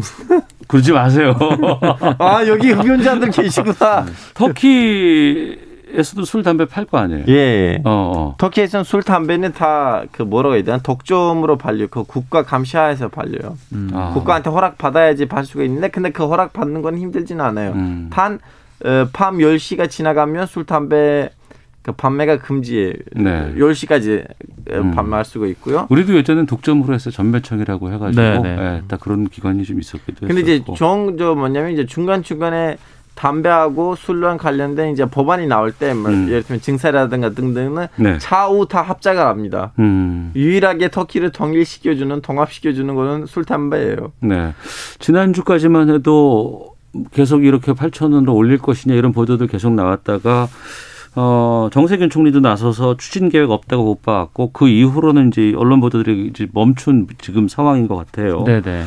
S2: 그러지 마세요.
S6: 아 여기 흡연자들 계시구나.
S2: 터키에서도 술, 담배 팔 거 아니에요?
S6: 예, 예.
S2: 어, 어.
S6: 터키에서는 술 담배는 다 그 뭐라고 해야 되나 독점으로 발려 그 국가 감시하에서 발려요.
S5: 음.
S2: 아.
S6: 국가한테 허락 받아야지 팔 수가 있는데 근데 그 허락 받는 건 힘들지는 않아요. 어,
S2: 음.
S6: 판밤 10시가 지나가면 술 담배 그 판매가 금지예요.
S2: 네.
S6: 10시까지
S2: 음.
S6: 판매할 수가 있고요.
S2: 우리도 예전엔 독점으로 해서 전매청이라고 해가지고
S5: 네, 네.
S2: 예, 딱 그런 기관이 좀 있었기도
S6: 근데 이제
S2: 했었고.
S6: 정, 저 뭐냐면 이제 중간중간에 담배하고 술랑 관련된 이제 법안이 나올 때, 뭐
S2: 음.
S6: 예를 들면 증세라든가 등등은
S2: 네.
S6: 좌우 다 합작을 합니다.
S2: 음.
S6: 유일하게 터키를 통일시켜주는, 통합시켜주는 거는 술, 담배예요.
S2: 네. 지난주까지만 해도 계속 이렇게 8천 원으로 올릴 것이냐 이런 보도도 계속 나왔다가 어, 정세균 총리도 나서서 추진 계획 없다고 못 봤고 그 이후로는 이제 언론 보도들이 이제 멈춘 지금 상황인 것 같아요.
S5: 네네.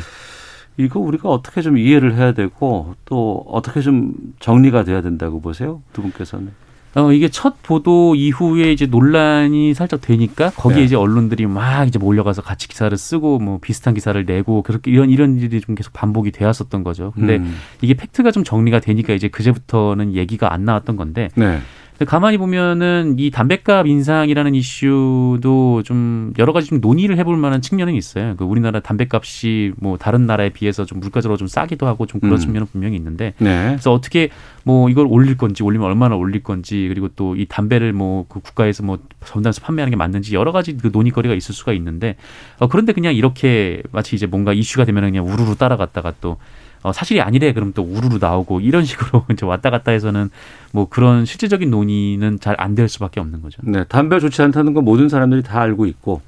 S2: 이거 우리가 어떻게 좀 이해를 해야 되고 또 어떻게 좀 정리가 돼야 된다고 보세요? 두 분께서는.
S5: 어, 이게 첫 보도 이후에 이제 논란이 살짝 되니까 거기에
S2: 네.
S5: 이제 언론들이 막 이제 몰려가서 같이 기사를 쓰고 뭐 비슷한 기사를 내고 그렇게 이런 이런 일이 좀 계속 반복이 되었었던 거죠. 근데
S2: 음.
S5: 이게 팩트가 좀 정리가 되니까 이제 그제부터는 얘기가 안 나왔던 건데
S2: 네.
S5: 근데 가만히 보면은 이 담배값 인상이라는 이슈도 좀 여러 가지 좀 논의를 해볼 만한 측면은 있어요. 그 우리나라 담배값이 뭐 다른 나라에 비해서 좀 물가적으로 좀 싸기도 하고 좀 그런
S2: 음.
S5: 측면은 분명히 있는데
S2: 네.
S5: 그래서 어떻게 뭐 이걸 올릴 건지 올리면 얼마나 올릴 건지 그리고 또 이 담배를 뭐 그 국가에서 뭐 전단에서 판매하는 게 맞는지 여러 가지 그 논의거리가 있을 수가 있는데 어 그런데 그냥 이렇게 마치 이제 뭔가 이슈가 되면 그냥 우르르 따라갔다가 또 어, 사실이 아니래 그럼 또 우르르 나오고 이런 식으로 이제 왔다 갔다 해서는 뭐 그런 실질적인 논의는 잘 안 될 수밖에 없는 거죠.
S2: 네, 담배 좋지 않다는 건 모든 사람들이 다 알고 있고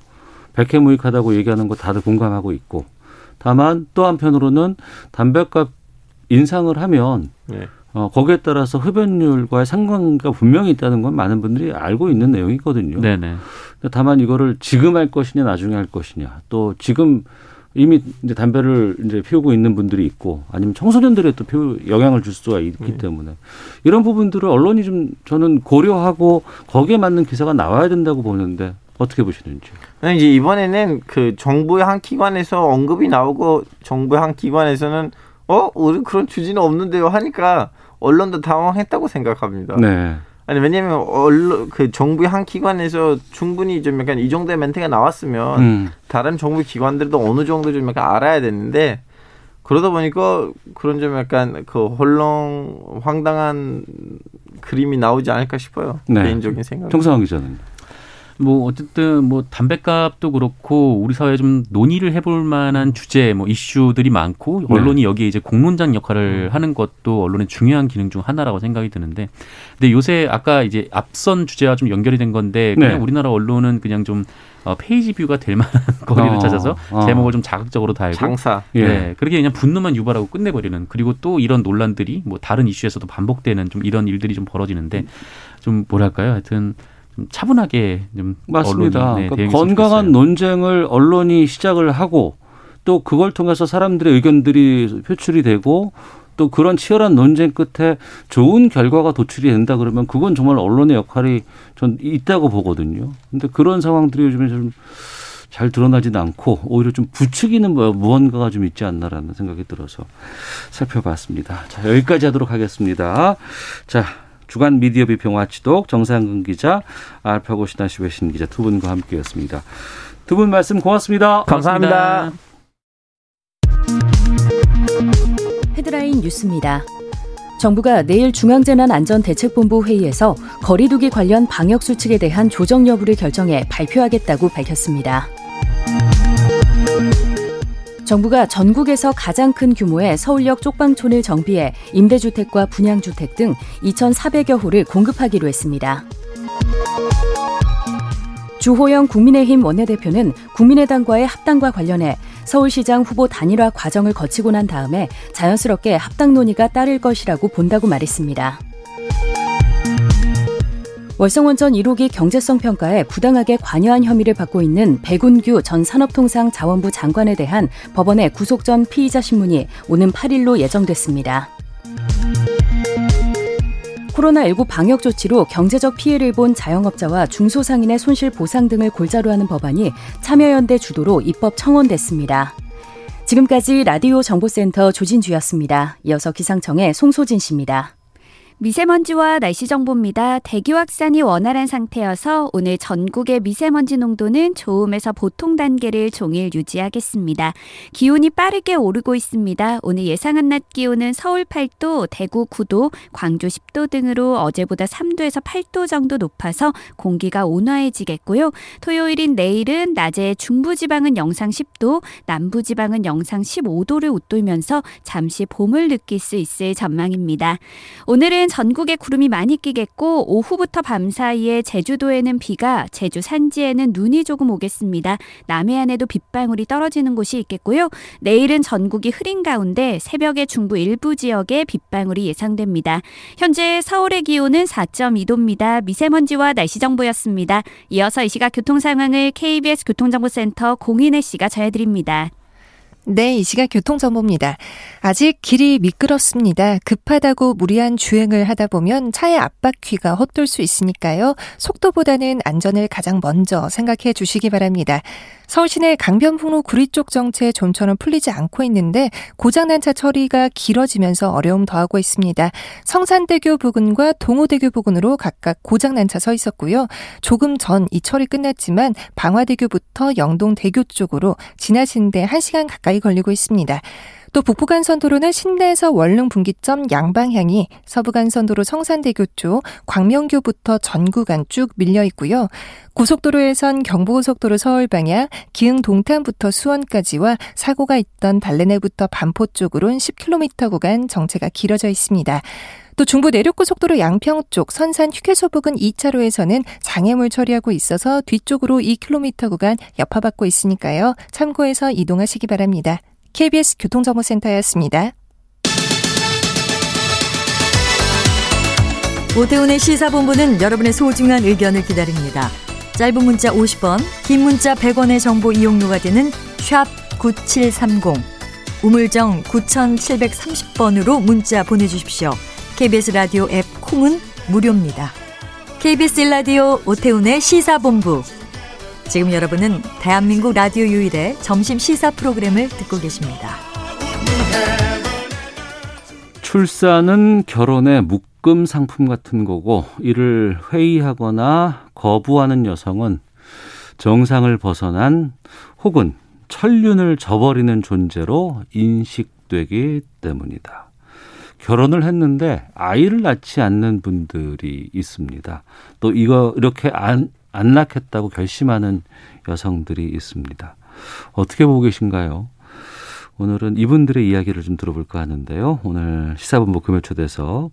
S2: 백해무익하다고 얘기하는 거 다들 공감하고 있고 다만 또 한편으로는 담배값 인상을 하면
S6: 네.
S2: 어, 거기에 따라서 흡연율과의 상관과 분명히 있다는 건 많은 분들이 알고 있는 내용이거든요.
S5: 네네.
S2: 근데 다만 이거를 지금 할 것이냐 나중에 할 것이냐 또 지금 이미 이제 담배를 이제 피우고 있는 분들이 있고 아니면 청소년들에 또 피우 영향을 줄 수가
S5: 예.
S2: 있기 때문에 이런 부분들을 언론이 좀 저는 고려하고 거기에 맞는 기사가 나와야 된다고 보는데 어떻게 보시는지
S6: 근데 이제 이번에는 그 정부의 한 기관에서 언급이 나오고 정부의 한 기관에서는 어? 우리 그런 주제는 없는데요 하니까 언론도 당황했다고 생각합니다.
S5: 그러니까
S2: 네
S6: 아니 왜냐면 언론 그 정부의 한 기관에서 충분히 좀 약간 이 정도의 멘트가
S5: 아,
S6: 나왔으면
S2: 음.
S6: 다른 정부 기관들도 어느 정도 좀 약간 알아야 되는데 그러다 보니까 그런 좀 약간 그 헐렁 황당한 그림이 나오지 않을까 싶어요
S2: 네.
S6: 개인적인 생각.
S2: 정상환 기자는
S5: 뭐 어쨌든 뭐 담배값도 그렇고 우리 사회에 좀 논의를 해볼
S2: 음.
S5: 만한 주제 뭐 이슈들이 많고
S2: 네.
S5: 언론이 여기에 이제 공론장 역할을
S2: 음.
S5: 하는 것도 언론의 중요한 기능 중 하나라고 생각이 드는데 근데 요새 아까 이제 앞선 주제와 좀 연결이 된 건데 그냥
S2: 네.
S5: 우리나라 언론은 그냥 좀 어, 페이지 뷰가 될 만한 거리를
S2: 어,
S5: 찾아서
S2: 어.
S5: 제목을 좀 자극적으로 달고
S6: 장사.
S2: 예.
S5: 네, 그렇게 그냥 분노만 유발하고 끝내버리는 그리고 또 이런 논란들이 뭐 다른 이슈에서도 반복되는 좀 이런 일들이 좀 벌어지는데 좀 뭐랄까요, 하여튼 좀 차분하게 좀
S2: 맞습니다.
S5: 언론이, 네,
S2: 그러니까
S5: 대응했으면
S2: 건강한
S5: 좋겠어요.
S2: 논쟁을 언론이 시작을 하고 또 그걸 통해서 사람들의 의견들이 표출이 되고 또 그런 치열한 논쟁 끝에 좋은 결과가 도출이 된다 그러면 그건 정말 언론의 역할이 전 있다고 보거든요. 근데 그런 상황들이 요즘에 좀 잘 드러나진 않고 오히려 좀 부추기는 뭐- 무언가가 좀 있지 않나라는 생각이 들어서 살펴봤습니다. 자, 여기까지 하도록 하겠습니다. 자, 주간 미디어 비평 와치독 정상근 기자, 알파고 신하시 외신 기자 두 분과 함께했습니다. 두 분 말씀 고맙습니다.
S6: 감사합니다.
S7: 헤드라인 뉴스입니다. 정부가 내일 중앙재난안전대책본부 회의에서 거리두기 관련 방역수칙에 대한 조정 여부를 결정해 발표하겠다고 밝혔습니다. 정부가 전국에서 가장 큰 규모의 서울역 쪽방촌을 정비해 임대주택과 분양주택 등 2,400여 호를 공급하기로 했습니다. 주호영 국민의힘 원내대표는 국민의당과의 합당과 관련해 서울시장 후보 단일화 과정을 거치고 난 다음에 자연스럽게 합당 논의가 따를 것이라고 본다고 말했습니다. 월성원전 1호기 경제성 평가에 부당하게 관여한 혐의를 받고 있는 백운규 전 산업통상자원부 장관에 대한 법원의 구속 전 피의자 신문이 오는 8일로 예정됐습니다. 코로나19 방역 조치로 경제적 피해를 본 자영업자와 중소상인의 손실 보상 등을 골자로 하는 법안이 참여연대 주도로 입법 청원됐습니다. 지금까지 라디오 정보센터 조진주였습니다. 이어서 기상청의 송소진 씨입니다.
S8: 미세먼지와 날씨 정보입니다. 대기 확산이 원활한 상태여서 오늘 전국의 미세먼지 농도는 좋음에서 보통 단계를 종일 유지하겠습니다. 기온이 빠르게 오르고 있습니다. 오늘 예상한 낮 기온은 서울 8도, 대구 9도, 광주 10도 등으로 어제보다 3도에서 8도 정도 높아서 공기가 온화해지겠고요. 토요일인 내일은 낮에 중부지방은 영상 10도, 남부지방은 영상 15도를 웃돌면서 잠시 봄을 느낄 수 있을 전망입니다. 오늘은 전국에 구름이 많이 끼겠고 오후부터 밤 사이에 제주도에는 비가 제주 산지에는 눈이 조금 오겠습니다. 남해안에도 빗방울이 떨어지는 곳이 있겠고요. 내일은 전국이 흐린 가운데 새벽에 중부 일부 지역에 빗방울이 예상됩니다. 현재 서울의 기온은 4.2도입니다. 미세먼지와 날씨 정보였습니다. 이어서 이 시각 교통 상황을 KBS 교통정보센터 공인혜 씨가 전해드립니다.
S9: 네, 이 시각 교통정보입니다. 아직 길이 미끄럽습니다. 급하다고 무리한 주행을 하다 보면 차의 앞바퀴가 헛돌 수 있으니까요. 속도보다는 안전을 가장 먼저 생각해 주시기 바랍니다. 서울 시내 강변북로 구리 쪽 정체 좀처럼 풀리지 않고 있는데 고장난 차 처리가 길어지면서 어려움 더하고 있습니다. 성산대교 부근과 동호대교 부근으로 각각 고장난 차 서 있었고요. 조금 전 이 처리 끝났지만 방화대교부터 영동대교 쪽으로 지나시는데 1시간 가까이 걸리고 있습니다. 또 북부간선도로는 신내에서 원릉 분기점 양방향이 서부간선도로 성산대교 쪽 광명교부터 전구간 쭉 밀려 있고요. 고속도로에선 경부고속도로 서울 방향 기흥 동탄부터 수원까지와 사고가 있던 달래내부터 반포 쪽으로는 10km 구간 정체가 길어져 있습니다. 또 중부 내륙고속도로 양평 쪽 선산 휴게소 부근 2차로에서는 장애물 처리하고 있어서 뒤쪽으로 2km 구간 여파받고 있으니까요. 참고해서 이동하시기 바랍니다. KBS 교통정보센터였습니다.
S10: 오태훈의 시사본부는 여러분의 소중한 의견을 기다립니다. 짧은 문자 50원, 긴 문자 100원의 정보 이용료가 되는 샵 9730, 우물정 9730번으로 문자 보내주십시오. KBS 라디오 앱 콩은 무료입니다. KBS 라디오 오태훈의 시사본부. 지금 여러분은 대한민국 라디오 유일의 점심 시사 프로그램을 듣고 계십니다.
S2: 출산은 결혼의 묶음 상품 같은 거고 이를 회의하거나 거부하는 여성은 정상을 벗어난 혹은 천륜을 저버리는 존재로 인식되기 때문이다. 결혼을 했는데 아이를 낳지 않는 분들이 있습니다. 또 이거 이렇게 안, 안 낳겠다고 결심하는 여성들이 있습니다. 어떻게 보고 계신가요? 오늘은 이분들의 이야기를 좀 들어볼까 하는데요. 오늘 시사본부 금요초대에서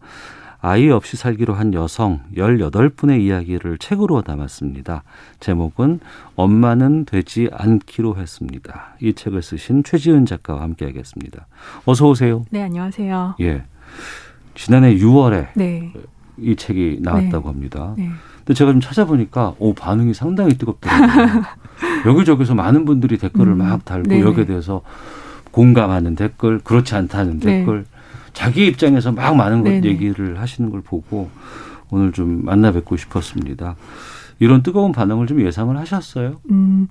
S2: 아이 없이 살기로 한 여성 18분의 이야기를 책으로 담았습니다. 제목은 엄마는 되지 않기로 했습니다. 이 책을 쓰신 최지은 작가와 함께 하겠습니다. 어서 오세요.
S11: 네, 안녕하세요.
S2: 예. 지난해 6월에
S11: 네.
S2: 이 책이 나왔다고
S11: 네.
S2: 합니다.
S11: 네.
S2: 근데 제가 좀 찾아보니까 오 반응이 상당히 뜨겁더라고요. 여기저기서 많은 분들이 댓글을
S11: 음,
S2: 막 달고
S11: 네네.
S2: 여기에 대해서 공감하는 댓글, 그렇지 않다는
S11: 네.
S2: 댓글, 자기 입장에서 막 많은 걸
S11: 네네.
S2: 얘기를 하시는 걸 보고 오늘 좀 만나 뵙고 싶었습니다. 이런 뜨거운 반응을 좀 예상을 하셨어요?
S11: 음,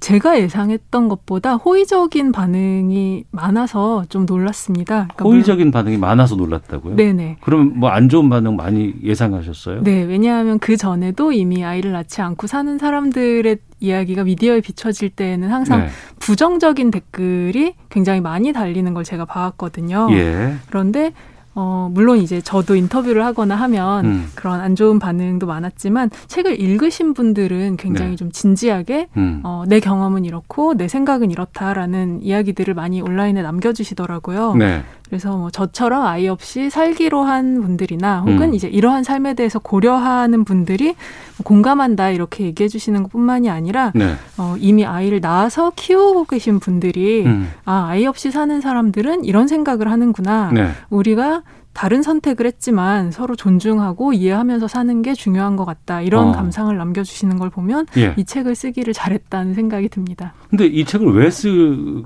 S11: 제가 예상했던 것보다 호의적인 반응이 많아서 좀 놀랐습니다. 그러니까 물론-
S2: 호의적인 반응이 많아서 놀랐다고요?
S11: 네네.
S2: 그럼 뭐 안 좋은 반응 많이 예상하셨어요?
S11: 네, 왜냐하면 그 전에도 이미 아이를 낳지 않고 사는 사람들의 이야기가 미디어에 비춰질 때에는 항상
S2: 네.
S11: 어, 부정적인 댓글이 굉장히 많이 달리는 걸 제가 봐왔거든요.
S2: 예.
S11: 그런데 어, 물론 이제 저도 인터뷰를 하거나 하면
S2: 음.
S11: 그런 안 좋은 반응도 많았지만 책을 읽으신 분들은 굉장히
S2: 네.
S11: 좀 진지하게
S2: 음.
S11: 어, 내 경험은 이렇고 내 생각은 이렇다라는 이야기들을 많이 온라인에 남겨주시더라고요.
S2: 네.
S11: 어, 그래서 뭐 저처럼 아이 없이 살기로 한 분들이나 혹은
S2: 음.
S11: 이제 이러한 삶에 대해서 고려하는 분들이 뭐 공감한다 이렇게 얘기해 주시는 것뿐만이 아니라
S2: 네.
S11: 어, 이미 아이를 낳아서 키우고 계신 분들이
S2: 음.
S11: 아 아이 없이 사는 사람들은 이런 생각을 하는구나.
S2: 네.
S11: 우리가 다른 선택을 했지만 서로 존중하고 이해하면서 사는 게 중요한 것 같다. 이런
S2: 어.
S11: 감상을 남겨주시는 걸 보면
S2: 예.
S11: 이 책을 쓰기를 잘했다는 생각이 듭니다.
S2: 근데 이 책을 왜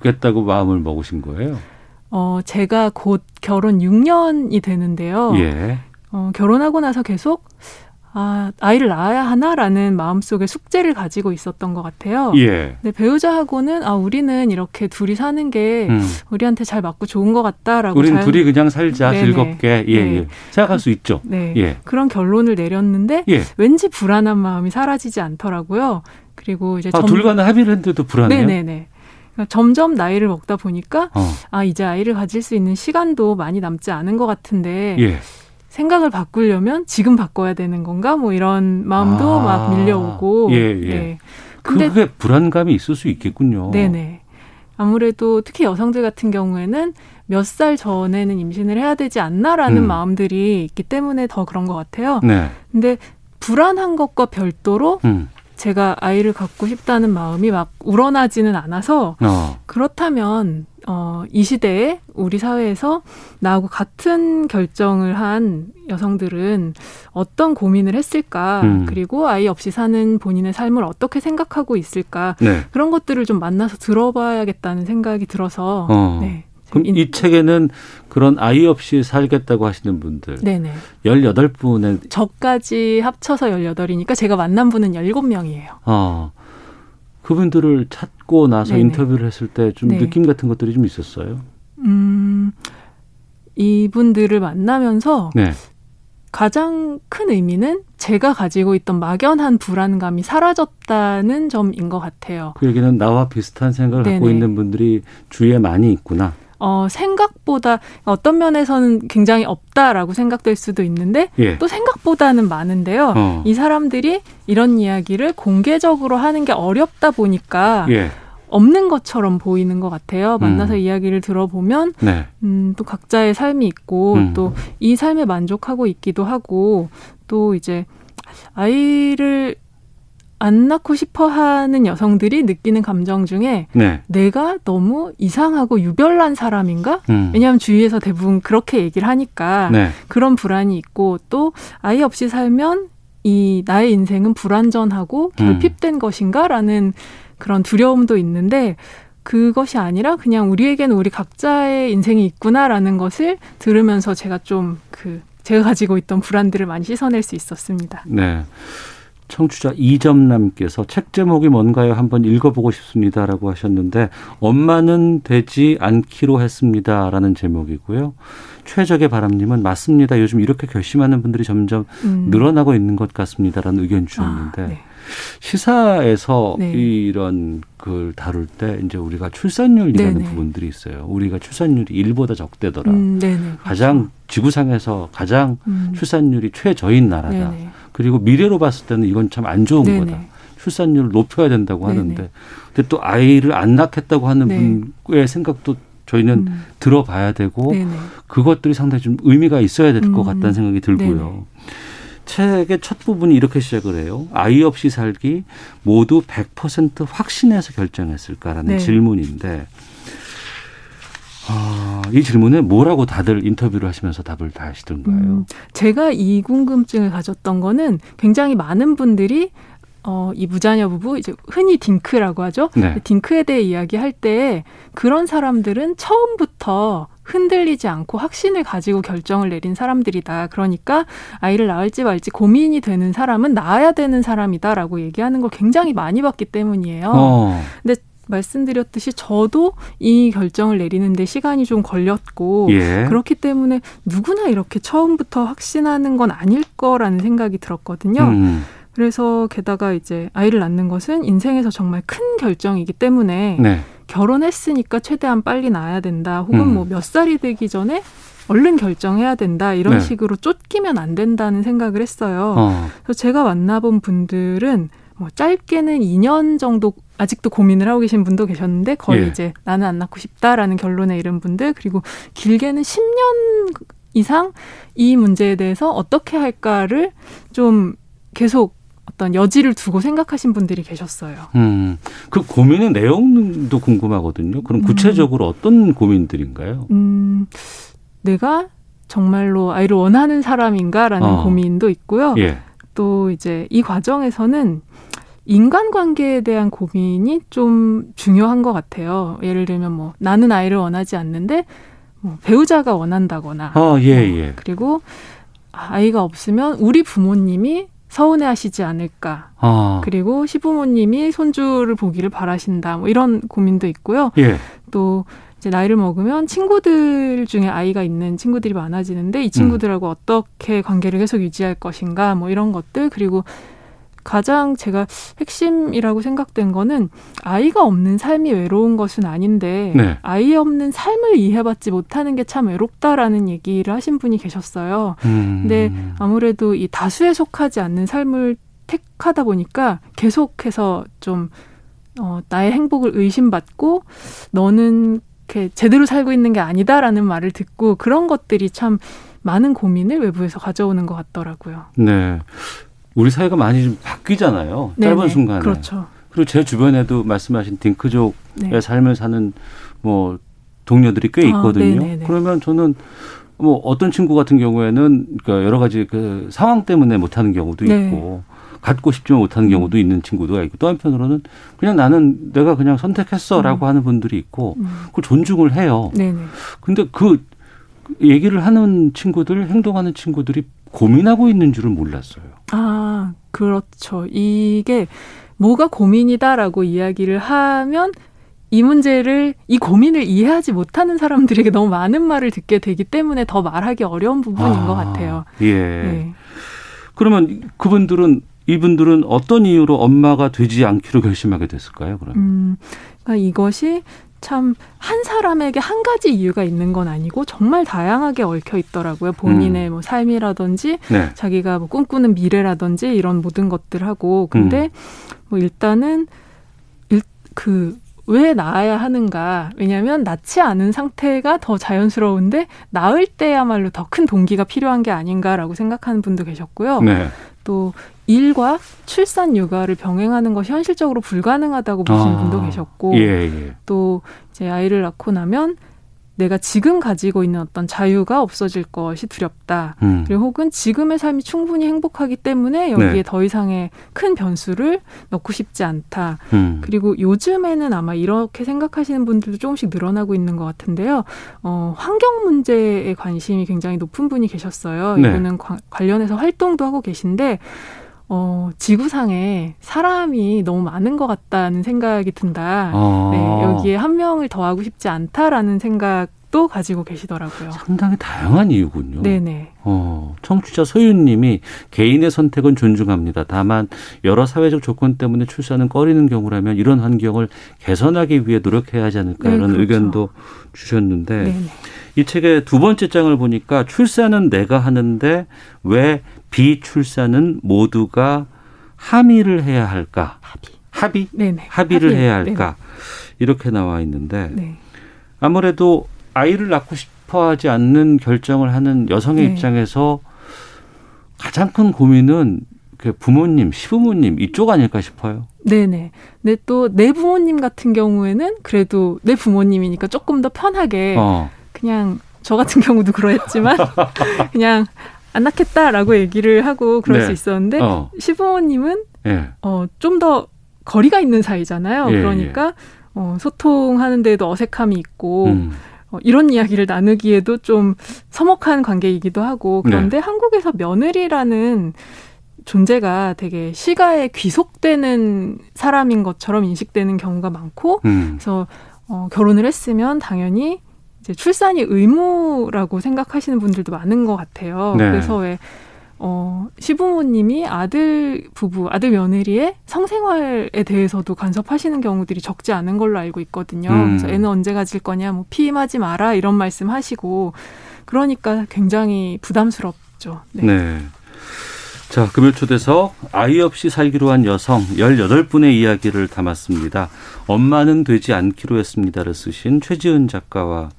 S2: 쓰겠다고 마음을 먹으신 거예요?
S11: 어, 제가 곧 결혼 6년이 되는데요.
S2: 예.
S11: 어, 결혼하고 나서 계속 아, 아이를 낳아야 하나라는 마음속에 숙제를 가지고 있었던 것 같아요. 네.
S2: 예.
S11: 근데 배우자하고는 아 우리는 이렇게 둘이 사는 게
S2: 음.
S11: 우리한테 잘 맞고 좋은 것 같다라고
S2: 우리는
S11: 자연-
S2: 둘이 그냥 살자
S11: 네네.
S2: 즐겁게 예,
S11: 네.
S2: 예. 생각할 수 있죠.
S11: 네.
S2: 예.
S11: 그런 결론을 내렸는데
S2: 예.
S11: 왠지 불안한 마음이 사라지지 않더라고요. 그리고 이제
S2: 아, 둘간의 합의를 했는데도 불안해요.
S11: 네, 네네네. 그러니까 점점 나이를 먹다 보니까
S2: 어.
S11: 아 이제 아이를 가질 수 있는 시간도 많이 남지 않은 것 같은데
S2: 예.
S11: 네. 생각을 바꾸려면 지금 바꿔야 되는 건가 뭐 이런 마음도
S2: 아.
S11: 막 밀려오고 네.
S2: 예, 예.
S11: 근데
S2: 그게 불안감이 있을 수 있겠군요.
S11: 네네. 아무래도 특히 여성들 같은 경우에는 몇 살 전에는 임신을 해야 되지 않나라는
S2: 음.
S11: 마음들이 있기 때문에 더 그런 것 같아요.
S2: 네.
S11: 근데 불안한 것과 별도로
S2: 음.
S11: 제가 아이를 갖고 싶다는 마음이 막 우러나지는 않아서
S2: 어.
S11: 그렇다면 어, 이 시대에 우리 사회에서 나하고 같은 결정을 한 여성들은 어떤 고민을 했을까
S2: 음.
S11: 그리고 아이 없이 사는 본인의 삶을 어떻게 생각하고 있을까
S2: 네.
S11: 그런 것들을 좀 만나서 들어봐야겠다는 생각이 들어서
S2: 어.
S11: 네.
S2: 그럼 이 책에는 그런 아이 없이 살겠다고 하시는 분들
S11: 네네.
S2: 18분의
S11: 저까지 합쳐서 18이니까 제가 만난 분은 17명이에요.
S2: 어. 그분들을 찾고 나서
S11: 네네.
S2: 인터뷰를 했을 때 좀
S11: 네.
S2: 느낌 같은 것들이 좀 있었어요.
S11: 음, 이분들을 만나면서
S2: 네.
S11: 가장 큰 의미는 제가 가지고 있던 막연한 불안감이 사라졌다는 점인 것 같아요.
S2: 그 얘기는 나와 비슷한 생각을 갖고
S11: 네네.
S2: 있는 분들이 주위에 많이 있구나.
S11: 어, 생각보다 어떤 면에서는 굉장히 없다라고 생각될 수도 있는데
S2: 예.
S11: 또 생각보다는 많은데요.
S2: 어.
S11: 이 사람들이 이런 이야기를 공개적으로 하는 게 어렵다 보니까
S2: 예.
S11: 없는 것처럼 보이는 것 같아요. 만나서
S2: 음.
S11: 이야기를 들어보면
S2: 네.
S11: 음, 또 각자의 삶이 있고
S2: 음.
S11: 또 이 삶에 만족하고 있기도 하고 또 이제 아이를 안 낳고 싶어 하는 여성들이 느끼는 감정 중에
S2: 네.
S11: 내가 너무 이상하고 유별난 사람인가?
S2: 음.
S11: 왜냐하면 주위에서 대부분 그렇게 얘기를 하니까
S2: 네.
S11: 그런 불안이 있고 또 아이 없이 살면 이 나의 인생은 불완전하고
S2: 음.
S11: 결핍된 것인가라는 그런 두려움도 있는데 그것이 아니라 그냥 우리에게는 우리 각자의 인생이 있구나라는 것을 들으면서 제가 좀 그 제가 가지고 있던 불안들을 많이 씻어낼 수 있었습니다.
S2: 네. 청취자 이점남께서 책 제목이 뭔가요? 한번 읽어보고 싶습니다라고 하셨는데 엄마는 되지 않기로 했습니다라는 제목이고요. 최적의 바람님은 맞습니다. 요즘 이렇게 결심하는 분들이 점점
S11: 음.
S2: 늘어나고 있는 것 같습니다라는 의견
S11: 아,
S2: 주셨는데
S11: 네.
S2: 시사에서
S11: 네.
S2: 이런 걸 다룰 때 이제 우리가 출산율이라는
S11: 네네.
S2: 부분들이 있어요. 우리가 출산율이 일보다 적대더라.
S11: 음, 네네.
S2: 가장 지구상에서 가장
S11: 음.
S2: 출산율이 최저인 나라다.
S11: 네네.
S2: 그리고 미래로 봤을 때는 이건 참 안 좋은
S11: 네네.
S2: 거다. 출산율을 높여야 된다고
S11: 네네.
S2: 하는데, 근데 또 아이를 안 낳겠다고 하는
S11: 네.
S2: 분의 생각도 저희는
S11: 음.
S2: 들어봐야 되고
S11: 네네.
S2: 그것들이 상당히 좀 의미가 있어야 될 것
S11: 음.
S2: 같다는 생각이 들고요. 책의 첫 부분이 이렇게 시작을 해요. 아이 없이 살기 모두 100% 확신해서 결정했을까라는
S11: 네.
S2: 질문인데, 아, 이 질문에 뭐라고 다들 인터뷰를 하시면서 답을 다 하시던가요?
S11: 음, 제가 이 궁금증을 가졌던 거는 굉장히 많은 분들이 어, 이 무자녀 부부 이제 흔히 딩크라고 하죠.
S2: 네.
S11: 딩크에 대해 이야기할 때 그런 사람들은 처음부터 흔들리지 않고 확신을 가지고 결정을 내린 사람들이다. 그러니까 아이를 낳을지 말지 고민이 되는 사람은 낳아야 되는 사람이다라고 얘기하는 걸 굉장히 많이 봤기 때문이에요.
S2: 어,
S11: 근데 말씀드렸듯이 저도 이 결정을 내리는데 시간이 좀 걸렸고
S2: 예.
S11: 그렇기 때문에 누구나 이렇게 처음부터 확신하는 건 아닐 거라는 생각이 들었거든요.
S2: 음,
S11: 그래서 게다가 이제 아이를 낳는 것은 인생에서 정말 큰 결정이기 때문에
S2: 네.
S11: 결혼했으니까 최대한 빨리 낳아야 된다. 혹은
S2: 음.
S11: 뭐 몇 살이 되기 전에 얼른 결정해야 된다 이런
S2: 네.
S11: 식으로 쫓기면 안 된다는 생각을 했어요.
S2: 어.
S11: 그래서 제가 만나본 분들은 뭐 짧게는 2년 정도 아직도 고민을 하고 계신 분도 계셨는데 거의
S2: 예.
S11: 이제 나는 안 낳고 싶다라는 결론에 이른 분들 그리고 길게는 10년 이상 이 문제에 대해서 어떻게 할까를 좀 계속 어떤 여지를 두고 생각하신 분들이 계셨어요.
S2: 음, 그 고민의 내용도 궁금하거든요. 그럼 구체적으로 어떤 고민들인가요?
S11: 음, 내가 정말로 아이를 원하는 사람인가라는
S2: 어.
S11: 고민도 있고요.
S2: 예.
S11: 또 이제 이 과정에서는 인간관계에 대한 고민이 좀 중요한 것 같아요. 예를 들면 뭐 나는 아이를 원하지 않는데 뭐 배우자가 원한다거나 뭐
S2: 아, 예, 예.
S11: 그리고 아이가 없으면 우리 부모님이 서운해하시지 않을까.
S2: 아.
S11: 어. 그리고 시부모님이 손주를 보기를 바라신다. 뭐 이런 고민도 있고요.
S2: 예.
S11: 또 이제 나이를 먹으면 친구들 중에 아이가 있는 친구들이 많아지는데 이 친구들하고 어떻게 관계를 계속 유지할 것인가 뭐 이런 것들 그리고 가장 제가 핵심이라고 생각된 거는 아이가 없는 삶이 외로운 것은 아닌데
S2: 네.
S11: 아이 없는 삶을 이해받지 못하는 게 참 외롭다라는 얘기를 하신 분이 계셨어요.
S2: 음.
S11: 근데 아무래도 이 다수에 속하지 않는 삶을 택하다 보니까 계속해서 좀 어, 나의 행복을 의심받고 너는 이렇게 제대로 살고 있는 게 아니다라는 말을 듣고 그런 것들이 참 많은 고민을 외부에서 가져오는 것 같더라고요.
S2: 네. 우리 사회가 많이 좀 바뀌잖아요. 짧은
S11: 네네.
S2: 순간에.
S11: 그렇죠.
S2: 그리고 제 주변에도 말씀하신 딩크족의
S11: 네.
S2: 삶을 사는 뭐 동료들이 꽤
S11: 아,
S2: 있거든요.
S11: 네네네.
S2: 그러면 저는 뭐 어떤 친구 같은 경우에는 그러니까 여러 가지 그 상황 때문에 못하는 경우도
S11: 네. 음.
S2: 있고 갖고 싶지만 못하는 경우도 있는 친구도 있고 또 한편으로는 그냥 나는 내가 그냥
S11: 음.
S2: 선택했어라고 하는 분들이 있고 그 존중을 해요.
S11: 네네.
S2: 근데 그 얘기를 하는 친구들 행동하는 친구들이 고민하고 있는 줄을 몰랐어요.
S11: 아, 그렇죠. 이게 뭐가 고민이다라고 이야기를 하면 이 문제를 이 고민을 이해하지 못하는 사람들에게 너무 많은 말을 듣게 되기 때문에 더 말하기 어려운 부분인 것 같아요.
S2: 예.
S11: 네.
S2: 그러면 그분들은 이분들은 어떤 이유로 엄마가 되지 않기로 결심하게 됐을까요? 그러면
S11: 음, 그러니까 이것이 참 한 사람에게 한 가지 이유가 있는 건 아니고 정말 다양하게 얽혀 있더라고요. 본인의 뭐 삶이라든지
S2: 네.
S11: 자기가 뭐 꿈꾸는 미래라든지 이런 모든 것들하고 근데
S2: 음.
S11: 뭐 일단은 그 왜 낳아야 하는가? 왜냐하면 낳지 않은 상태가 더 자연스러운데 낳을 때야말로 더 큰 동기가 필요한 게 아닌가라고 생각하는 분도 계셨고요.
S2: 네.
S11: 또 일과 출산 육아를 병행하는 것이 현실적으로 불가능하다고 보신
S2: 아,
S11: 분도 계셨고
S2: 예, 예.
S11: 또 이제 아이를 낳고 나면 내가 지금 가지고 있는 어떤 자유가 없어질 것이 두렵다.
S2: 음.
S11: 그리고 혹은 지금의 삶이 충분히 행복하기 때문에 여기에
S2: 네.
S11: 더 이상의 큰 변수를 넣고 싶지 않다.
S2: 음.
S11: 그리고 요즘에는 아마 이렇게 생각하시는 분들도 조금씩 늘어나고 있는 것 같은데요. 어, 환경 문제에 관심이 굉장히 높은 분이 계셨어요.
S2: 네.
S11: 이분은 관- 관련해서 활동도 하고 계신데 어, 지구상에 사람이 너무 많은 것 같다는 생각이 든다.
S2: 아.
S11: 네, 여기에 한 명을 더하고 싶지 않다라는 생각도 가지고 계시더라고요.
S2: 상당히 다양한 이유군요.
S11: 네네.
S2: 어, 청취자 소윤님이 개인의 선택은 존중합니다. 다만 여러 사회적 조건 때문에 출산은 꺼리는 경우라면 이런 환경을 개선하기 위해 노력해야 하지 않을까
S12: 네,
S2: 이런
S12: 그렇죠.
S2: 의견도 주셨는데
S12: 네네.
S2: 이 책의 두 번째 장을 보니까 출산은 내가 하는데 왜 비출산은 모두가 함의를 해야 할까? 합의. 합의?
S11: 네네.
S2: 합의를
S11: 합의.
S2: 해야 할까? 이렇게 나와 있는데
S11: 네.
S2: 아무래도 아이를 낳고 싶어하지 않는 결정을 하는 여성의
S11: 네.
S2: 입장에서 가장 큰 고민은 그 부모님, 시부모님 이쪽 아닐까 싶어요.
S11: 네네. 근데 또 내 부모님 같은 경우에는 그래도 내 부모님이니까 조금 더 편하게
S2: 어.
S11: 그냥 저 같은 경우도 그러했지만 그냥 안 낳겠다라고 얘기를 하고 그럴
S2: 네.
S11: 수 있었는데
S2: 어.
S11: 시부모님은
S2: 예.
S11: 어, 좀 더 거리가 있는 사이잖아요.
S2: 예,
S11: 그러니까 어, 소통하는데도 어색함이 있고
S2: 음.
S11: 어, 이런 이야기를 나누기에도 좀 서먹한 관계이기도 하고 그런데 한국에서 며느리라는 존재가 되게 시가에 귀속되는 사람인 것처럼 인식되는 경우가 많고
S2: 음.
S11: 그래서 어, 결혼을 했으면 당연히 이제 출산이 의무라고 생각하시는 분들도 많은 것 같아요.
S2: 네.
S11: 그래서 왜 어, 시부모님이 아들 부부, 아들 며느리의 성생활에 대해서도 간섭하시는 경우들이 적지 않은 걸로 알고 있거든요.
S2: 음.
S11: 그래서 애는 언제 가질 거냐, 뭐 피임하지 마라 이런 말씀하시고 그러니까 굉장히 부담스럽죠. 네.
S2: 네. 자, 금요 초대석 아이 없이 살기로 한 여성 18분의 이야기를 담았습니다. 엄마는 되지 않기로 했습니다를 쓰신 최지은 작가와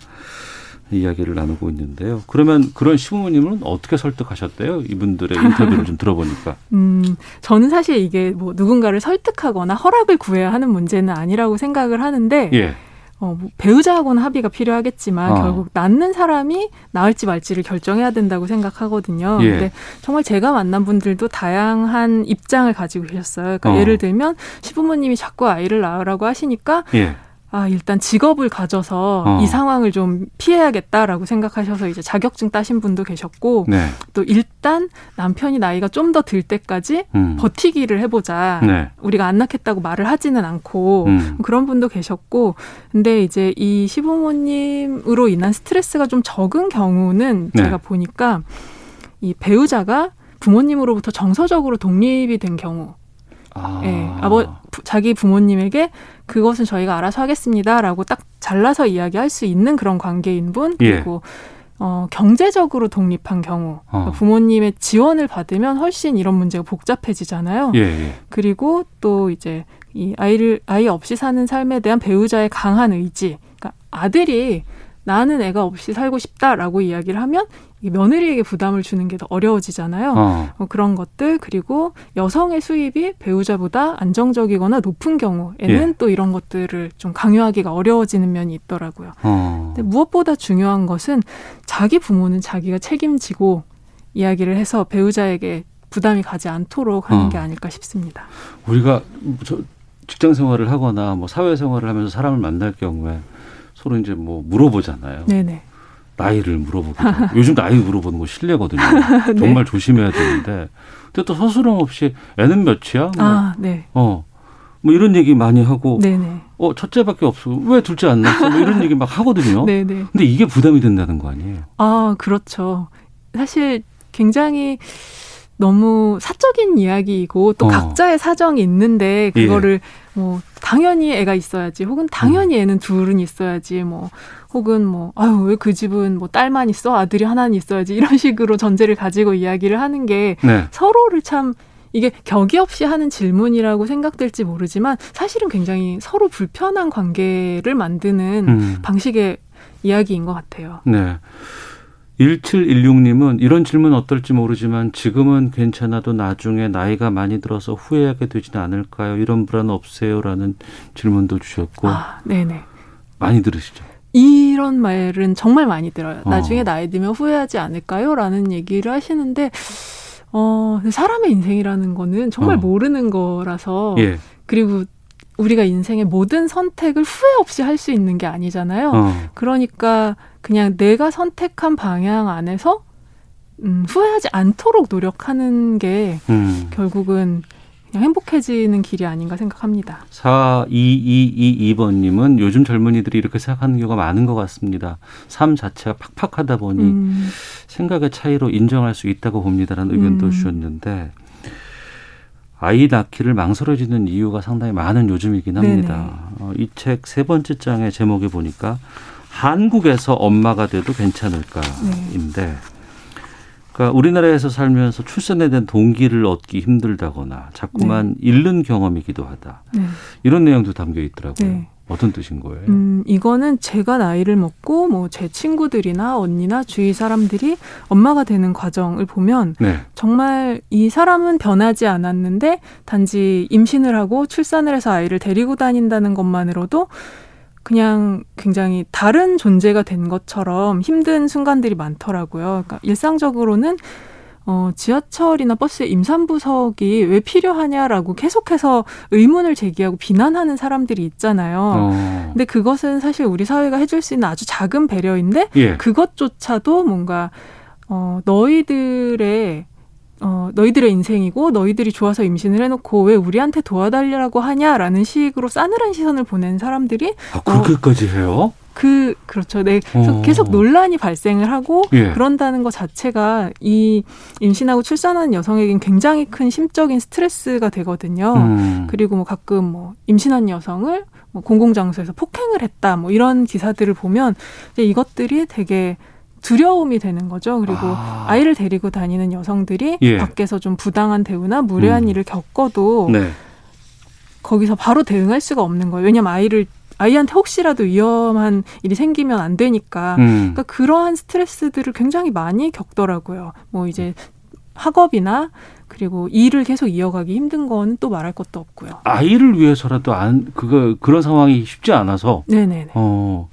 S2: 이야기를 나누고 있는데요. 그러면 그런 시부모님은 어떻게 설득하셨대요? 이분들의 인터뷰를 좀 들어보니까.
S11: 음, 저는 사실 이게 뭐 누군가를 설득하거나 허락을 구해야 하는 문제는 아니라고 생각을 하는데
S2: 예.
S11: 어, 뭐 배우자하고는 합의가 필요하겠지만
S2: 아.
S11: 결국 낳는 사람이 낳을지 말지를 결정해야 된다고 생각하거든요.
S2: 예.
S11: 근데 정말 제가 만난 분들도 다양한 입장을 가지고 계셨어요. 그러니까
S2: 어.
S11: 예를 들면 시부모님이 자꾸 아이를 낳으라고 하시니까
S2: 예.
S11: 아, 일단 직업을 가져서
S2: 어.
S11: 이 상황을 좀 피해야겠다라고 생각하셔서 이제 자격증 따신 분도 계셨고
S2: 네.
S11: 또 일단 남편이 나이가 좀 더 들 때까지
S2: 음.
S11: 버티기를 해보자.
S2: 네.
S11: 우리가 안 낳겠다고 말을 하지는 않고
S2: 음.
S11: 그런 분도 계셨고, 근데 이제 이 시부모님으로 인한 스트레스가 좀 적은 경우는
S2: 네.
S11: 제가 보니까 이 배우자가 부모님으로부터 정서적으로 독립이 된 경우,
S2: 아.
S11: 예, 아버 부- 자기 부모님에게 그것은 저희가 알아서 하겠습니다라고 딱 잘라서 이야기할 수 있는 그런 관계인 분
S2: 예.
S11: 그리고 어, 경제적으로 독립한 경우 그러니까
S2: 어.
S11: 부모님의 지원을 받으면 훨씬 이런 문제가 복잡해지잖아요.
S2: 예, 예.
S11: 그리고 또 이제 이 아이를 아이 없이 사는 삶에 대한 배우자의 강한 의지. 그러니까 아들이 나는 애가 없이 살고 싶다라고 이야기를 하면 이 며느리에게 부담을 주는 게 더 어려워지잖아요.
S2: 어.
S11: 어, 그런 것들 그리고 여성의 수입이 배우자보다 안정적이거나 높은 경우에는
S2: 예.
S11: 또 이런 것들을 좀 강요하기가 어려워지는 면이 있더라고요.
S2: 어.
S11: 근데 무엇보다 중요한 것은 자기 부모는 자기가 책임지고 이야기를 해서 배우자에게 부담이 가지 않도록 하는
S2: 어.
S11: 게 아닐까 싶습니다.
S2: 우리가 저 직장 생활을 하거나 뭐 사회 생활을 하면서 사람을 만날 경우에 서로 이제 뭐 물어보잖아요.
S11: 네네.
S2: 나이를 물어보고 요즘 나이 물어보는 거 실례거든요.
S11: 네.
S2: 정말 조심해야 되는데 근데 또 서스럼 없이 애는 몇이야? 뭐,
S11: 아, 네.
S2: 어. 뭐 이런 얘기 많이 하고
S11: 네네.
S2: 어 첫째밖에 없어 왜 둘째 안 낳았어 뭐 이런 얘기 막 하거든요.
S11: 네네.
S2: 근데 이게 부담이 된다는 거 아니에요?
S11: 아, 그렇죠. 사실 굉장히 너무 사적인 이야기이고 또
S2: 어. 예.
S11: 각자의 사정이 있는데 그거를 뭐 당연히 애가 있어야지 혹은 당연히
S2: 음.
S11: 애는 둘은 있어야지 뭐 혹은 뭐 아유 왜 그 집은 뭐 딸만 있어 아들이 하나는 있어야지 이런 식으로 전제를 가지고 이야기를 하는 게
S2: 네.
S11: 서로를 참 이게 격이 없이 하는 질문이라고 생각될지 모르지만 사실은 굉장히 서로 불편한 관계를 만드는
S2: 음.
S11: 방식의 이야기인 것 같아요.
S2: 네. 1716님은 이런 질문 어떨지 모르지만 지금은 괜찮아도 나중에 나이가 많이 들어서 후회하게 되지는 않을까요? 이런 불안 없어요라는 질문도 주셨고
S11: 아, 네네.
S2: 많이 들으시죠.
S11: 이런 말은 정말 많이 들어요.
S2: 어.
S11: 나중에 나이 들면 후회하지 않을까요? 라는 얘기를 하시는데, 어, 사람의 인생이라는 거는 정말
S2: 어.
S11: 모르는 거라서,
S2: 예.
S11: 그리고 우리가 인생의 모든 선택을 후회 없이 할 수 있는 게 아니잖아요.
S2: 어.
S11: 그러니까 그냥 내가 선택한 방향 안에서 음, 후회하지 않도록 노력하는 게
S2: 음.
S11: 결국은 그냥 행복해지는 길이 아닌가 생각합니다.
S2: 4222번님은 요즘 젊은이들이 이렇게 생각하는 경우가 많은 것 같습니다. 삶 자체가 팍팍하다 보니
S11: 음.
S2: 생각의 차이로 인정할 수 있다고 봅니다라는 의견도
S11: 음.
S2: 주셨는데 아이 낳기를 망설여지는 이유가 상당히 많은 요즘이긴 합니다. 어, 이 책 세 번째 장의 제목에 보니까 한국에서 엄마가 돼도 괜찮을까인데 그러니까 우리나라에서 살면서 출산에 대한 동기를 얻기 힘들다거나 자꾸만 잃는 경험이기도 하다.
S11: 네.
S2: 이런 내용도 담겨 있더라고요.
S11: 네.
S2: 어떤 뜻인 거예요?
S11: 음, 이거는 제가 나이를 먹고 뭐 제 친구들이나 언니나 주위 사람들이 엄마가 되는 과정을 보면
S2: 네.
S11: 정말 이 사람은 변하지 않았는데 단지 임신을 하고 출산을 해서 아이를 데리고 다닌다는 것만으로도 그냥 굉장히 다른 존재가 된 것처럼 힘든 순간들이 많더라고요. 그러니까 일상적으로는 어, 지하철이나 버스에 임산부석이 왜 필요하냐라고 계속해서 의문을 제기하고 비난하는 사람들이 있잖아요.
S2: 어.
S11: 근데 그것은 사실 우리 사회가 해줄 수 있는 아주 작은 배려인데
S2: 예.
S11: 그것조차도 뭔가 어 너희들의 어 너희들의 인생이고 너희들이 좋아서 임신을 해놓고 왜 우리한테 도와달라고 하냐라는 식으로 싸늘한 시선을 보낸 사람들이
S2: 아, 그렇게까지 해요?
S11: 그 그렇죠. 네,
S2: 어.
S11: 계속, 계속 논란이 발생을 하고
S2: 예.
S11: 그런다는 것 자체가 이 임신하고 출산한 여성에겐 굉장히 큰 심적인 스트레스가 되거든요.
S2: 음.
S11: 그리고 뭐 가끔 뭐 임신한 여성을 뭐 공공장소에서 폭행을 했다 뭐 이런 기사들을 보면 이제 이것들이 되게 두려움이 되는 거죠. 그리고 아. 이를 데리고 다니는 여성들이
S2: 예.
S11: 밖에서 좀 부당한 대우나 무례한
S2: 음.
S11: 일을 겪어도
S2: 네.
S11: 거기서 바로 대응할 수가 없는 거예요. 왜냐면 아이를 아이한테 혹시라도 위험한 일이 생기면 안 되니까.
S2: 음.
S11: 그러니까 그러한 스트레스들을 굉장히 많이 겪더라고요. 뭐 이제 학업이나 그리고 일을 계속 이어가기 힘든 건 또 말할 것도 없고요.
S2: 아이를 위해서라도 안 그거 그런 상황이 쉽지 않아서
S11: 네네네.
S2: 어,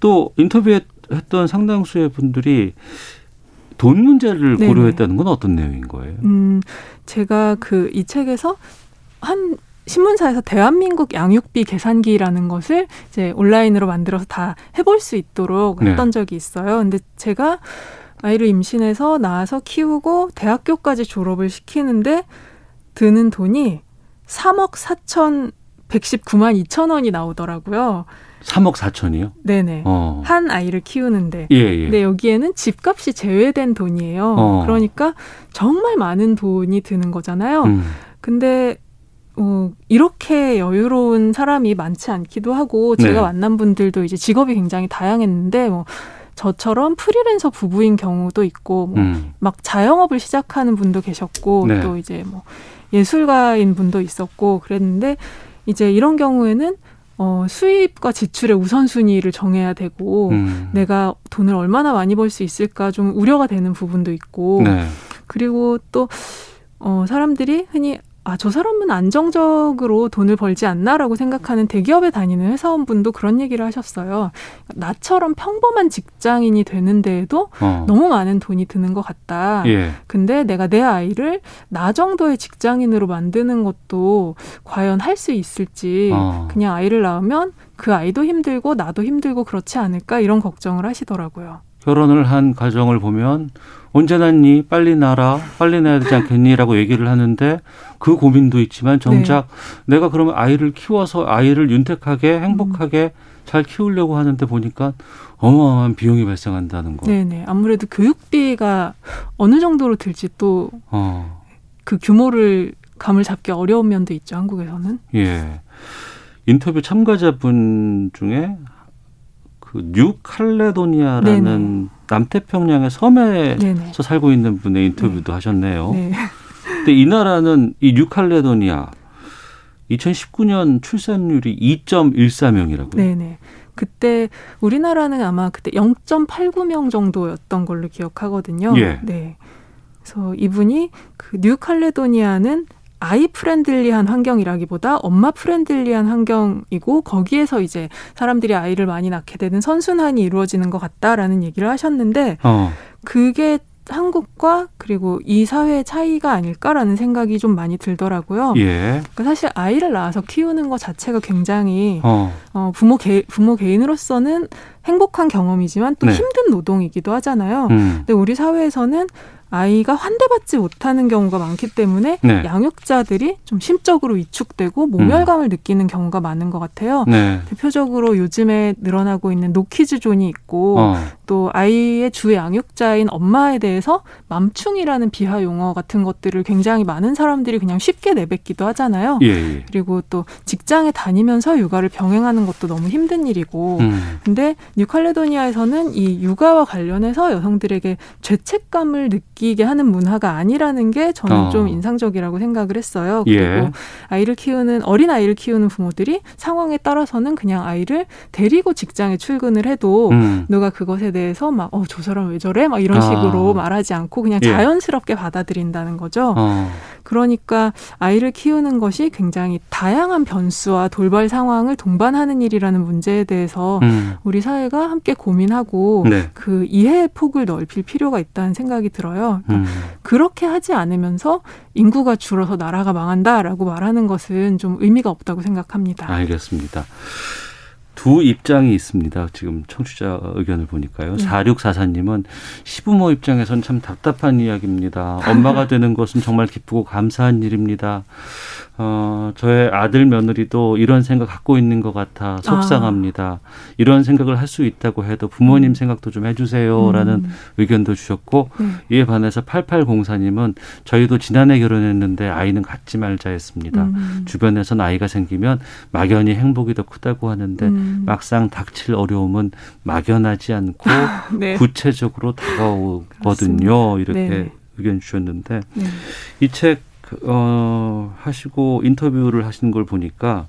S2: 또 인터뷰했던 상당수의 분들이 돈 문제를
S11: 네네.
S2: 고려했다는 건 어떤 내용인 거예요?
S11: 음, 제가 그 이 책에서 한 신문사에서 대한민국 양육비 계산기라는 것을 이제 온라인으로 만들어서 다 해볼 수 있도록
S2: 네.
S11: 했던 적이 있어요. 근데 제가 아이를 임신해서 낳아서 키우고 대학교까지 졸업을 시키는데 드는 돈이 3억 4천 119만 2천 원이 나오더라고요.
S2: 3억 4천이요?
S11: 네네. 네.
S2: 어.
S11: 한 아이를 키우는데.
S2: 예, 예.
S11: 근데 여기에는 집값이 제외된 돈이에요.
S2: 어.
S11: 그러니까 정말 많은 돈이 드는 거잖아요.
S2: 음.
S11: 근데 어, 이렇게 여유로운 사람이 많지 않기도 하고
S2: 네.
S11: 제가 만난 분들도 이제 직업이 굉장히 다양했는데 뭐 저처럼 프리랜서 부부인 경우도 있고 뭐
S2: 음.
S11: 막 자영업을 시작하는 분도 계셨고
S2: 네.
S11: 또 이제 뭐 예술가인 분도 있었고 그랬는데 이제 이런 경우에는 어, 수입과 지출의 우선순위를 정해야 되고 네,
S2: 음.
S11: 내가 돈을 얼마나 많이 벌 수 있을까 좀 우려가 되는 부분도 있고
S2: 네.
S11: 그리고 또 어, 사람들이 흔히 아, 저 사람은 안정적으로 돈을 벌지 않나라고 생각하는 대기업에 다니는 회사원분도 그런 얘기를 하셨어요. 나처럼 평범한 직장인이 되는데에도
S2: 어.
S11: 너무 많은 돈이 드는 것 같다.
S2: 예.
S11: 근데 내가 내 아이를 나 정도의 직장인으로 만드는 것도 과연 할 수 있을지
S2: 어.
S11: 그냥 아이를 낳으면 그 아이도 힘들고 나도 힘들고 그렇지 않을까 이런 걱정을 하시더라고요.
S2: 결혼을 한 가정을 보면 언제 낳니? 빨리 낳아라. 빨리 낳아야 되지 않겠니?라고 얘기를 하는데 그 고민도 있지만 정작 내가 그러면 아이를 키워서 아이를 윤택하게 행복하게 잘 키우려고 하는데 보니까 어마어마한 비용이 발생한다는 거.
S11: 네네. 아무래도 교육비가 어느 정도로 들지 또 그
S2: 어,
S11: 규모를 감을 잡기 어려운 면도 있죠. 한국에서는.
S2: 예. 인터뷰 참가자분 중에 그 뉴칼레도니아라는 남태평양의 섬에서
S11: 네네.
S2: 살고 있는 분의 인터뷰도 하셨네요.
S11: 네.
S2: 근데 이 나라는 이 뉴칼레도니아 2019년 출산율이 2.14명이라고요.
S11: 네네. 그때 우리나라는 아마 그때 0.89명 정도였던 걸로 기억하거든요.
S2: 예.
S11: 네. 그래서 이분이 그 뉴칼레도니아는 아이 프렌들리한 환경이라기보다 엄마 프렌들리한 환경이고 거기에서 이제 사람들이 아이를 많이 낳게 되는 선순환이 이루어지는 것 같다라는 얘기를 하셨는데
S2: 어.
S11: 그게 한국과 그리고 이 사회의 차이가 아닐까라는 생각이 좀 많이 들더라고요.
S2: 예.
S11: 그러니까 사실 아이를 낳아서 키우는 것 자체가 굉장히
S2: 어.
S11: 어, 부모, 개, 부모 개인으로서는 행복한 경험이지만 또
S2: 네.
S11: 힘든 노동이기도 하잖아요.
S2: 음.
S11: 근데 우리 사회에서는 아이가 환대받지 못하는 경우가 많기 때문에
S2: 네.
S11: 양육자들이 좀 심적으로 위축되고
S2: 음.
S11: 모멸감을 느끼는 경우가 많은 것 같아요.
S2: 네.
S11: 대표적으로 요즘에 늘어나고 있는 노키즈 존이 있고
S2: 어.
S11: 또 아이의 주 양육자인 엄마에 대해서 맘충이라는 비하 용어 같은 것들을 굉장히 많은 사람들이 그냥 쉽게 내뱉기도 하잖아요.
S2: 예. 예.
S11: 그리고 또 직장에 다니면서 육아를 병행하는 것도 너무 힘든 일이고
S2: 음.
S11: 근데 뉴칼레도니아에서는 이 육아와 관련해서 여성들에게 죄책감을 느끼게 하는 문화가 아니라는 게 저는
S2: 어.
S11: 좀 인상적이라고 생각을 했어요.
S2: 예.
S11: 그리고 아이를 키우는 어린 아이를 키우는 부모들이 상황에 따라서는 그냥 아이를 데리고 직장에 출근을 해도
S2: 음.
S11: 누가 그것에 대해서 막, 어, 저 사람 왜 저래? 막 이런
S2: 아.
S11: 식으로 말하지 않고 그냥
S2: 예.
S11: 자연스럽게 받아들인다는 거죠.
S2: 어.
S11: 그러니까 아이를 키우는 것이 굉장히 다양한 변수와 돌발 상황을 동반하는 일이라는 문제에 대해서
S2: 음.
S11: 우리 사회가 함께 고민하고
S2: 네.
S11: 그 이해의 폭을 넓힐 필요가 있다는 생각이 들어요.
S2: 음.
S11: 그렇게 하지 않으면서 인구가 줄어서 나라가 망한다라고 말하는 것은 좀 의미가 없다고
S2: 아,
S11: 생각합니다.
S2: 알겠습니다. 두 입장이 있습니다. 지금 청취자 의견을 보니까요.
S11: 네.
S2: 4644님은 시부모 입장에선 참 답답한 이야기입니다. 엄마가 되는 것은 정말 기쁘고 감사한 일입니다. 어, 저의 아들 며느리도 이런 생각 갖고 있는 것 같아 음. 속상합니다. 이런 생각을 할 수 있다고 해도 부모님 생각도 좀 해주세요. 라는
S11: 음.
S2: 의견도 주셨고,
S11: 네.
S2: 이에 반해서 8804님은 저희도 지난해 결혼했는데 아이는 갖지 말자 했습니다.
S11: 음.
S2: 주변에선 아이가 생기면 막연히 행복이 더 크다고 하는데
S11: 음. 음.
S2: 막상 닥칠 어려움은 막연하지 않고
S11: 네.
S2: 구체적으로 다가오거든요.
S11: 그렇습니다.
S2: 이렇게
S11: 네네.
S2: 의견 주셨는데
S11: 네.
S2: 이 책 어, 하시고 인터뷰를 하신 걸 보니까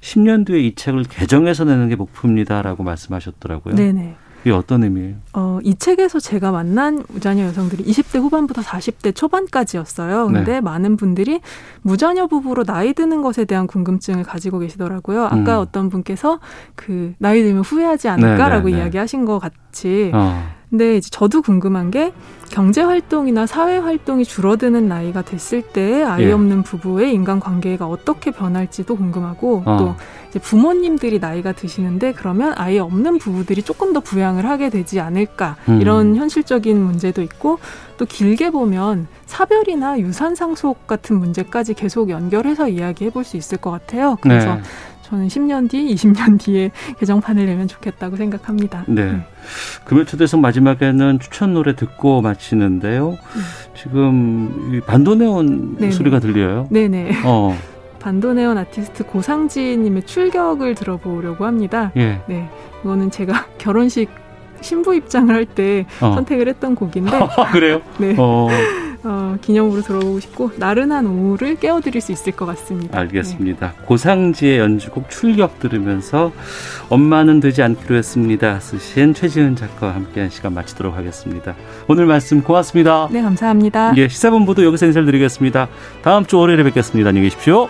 S2: 10년 뒤에 이 책을 개정해서 내는 게 목표입니다라고 말씀하셨더라고요.
S11: 네네.
S2: 이게 어떤 의미예요?
S11: 어, 이 책에서 제가 만난 무자녀 여성들이 20대 후반부터 40대 초반까지였어요. 근데
S2: 네.
S11: 많은 분들이 무자녀 부부로 나이 드는 것에 대한 궁금증을 가지고 계시더라고요. 아까
S2: 음.
S11: 어떤 분께서 그 나이 들면 후회하지
S2: 네,
S11: 않을까라고
S2: 네, 네.
S11: 이야기하신 것 같이
S2: 어.
S11: 근데 이제 저도 궁금한 게 경제 활동이나 사회 활동이 줄어드는 나이가 됐을 때 아이
S2: 예.
S11: 없는 부부의 인간 관계가 어떻게 변할지도 궁금하고
S2: 어.
S11: 또 이제 부모님들이 나이가 드시는데 그러면 아이 없는 부부들이 조금 더 부양을 하게 되지 않을까
S2: 음.
S11: 이런 현실적인 문제도 있고 또 길게 보면 사별이나 유산 상속 같은 문제까지 계속 연결해서 이야기해 볼 수 있을 것 같아요. 그래서
S2: 네.
S11: 저는 10년 뒤, 20년 뒤에 개정판을 내면 좋겠다고 생각합니다.
S2: 네. 금요 초대석 마지막에는 추천 노래 듣고 마치는데요. 지금 이 반도네온
S11: 네네.
S2: 소리가 들려요.
S11: 네네.
S2: 어,
S11: 반도네온 아티스트 고상지님의 출격을 들어보려고 합니다.
S2: 예.
S11: 네, 이거는 제가 결혼식 신부 입장을 할 때
S2: 어.
S11: 선택을 했던 곡인데
S2: 아, 그래요?
S11: 네.
S2: 어,
S11: 어, 기념으로 들어보고 싶고 나른한 오후를 깨워드릴 수 있을 것 같습니다.
S2: 알겠습니다. 고상지의 연주곡 출격 들으면서 엄마는 되지 않기로 했습니다. 쓰신 최지은 작가와 함께한 시간 마치도록 하겠습니다. 오늘 말씀 고맙습니다.
S11: 네, 감사합니다.
S2: 예, 시사본부도 여기서 인사드리겠습니다. 다음 주 월요일에 뵙겠습니다. 안녕히 계십시오.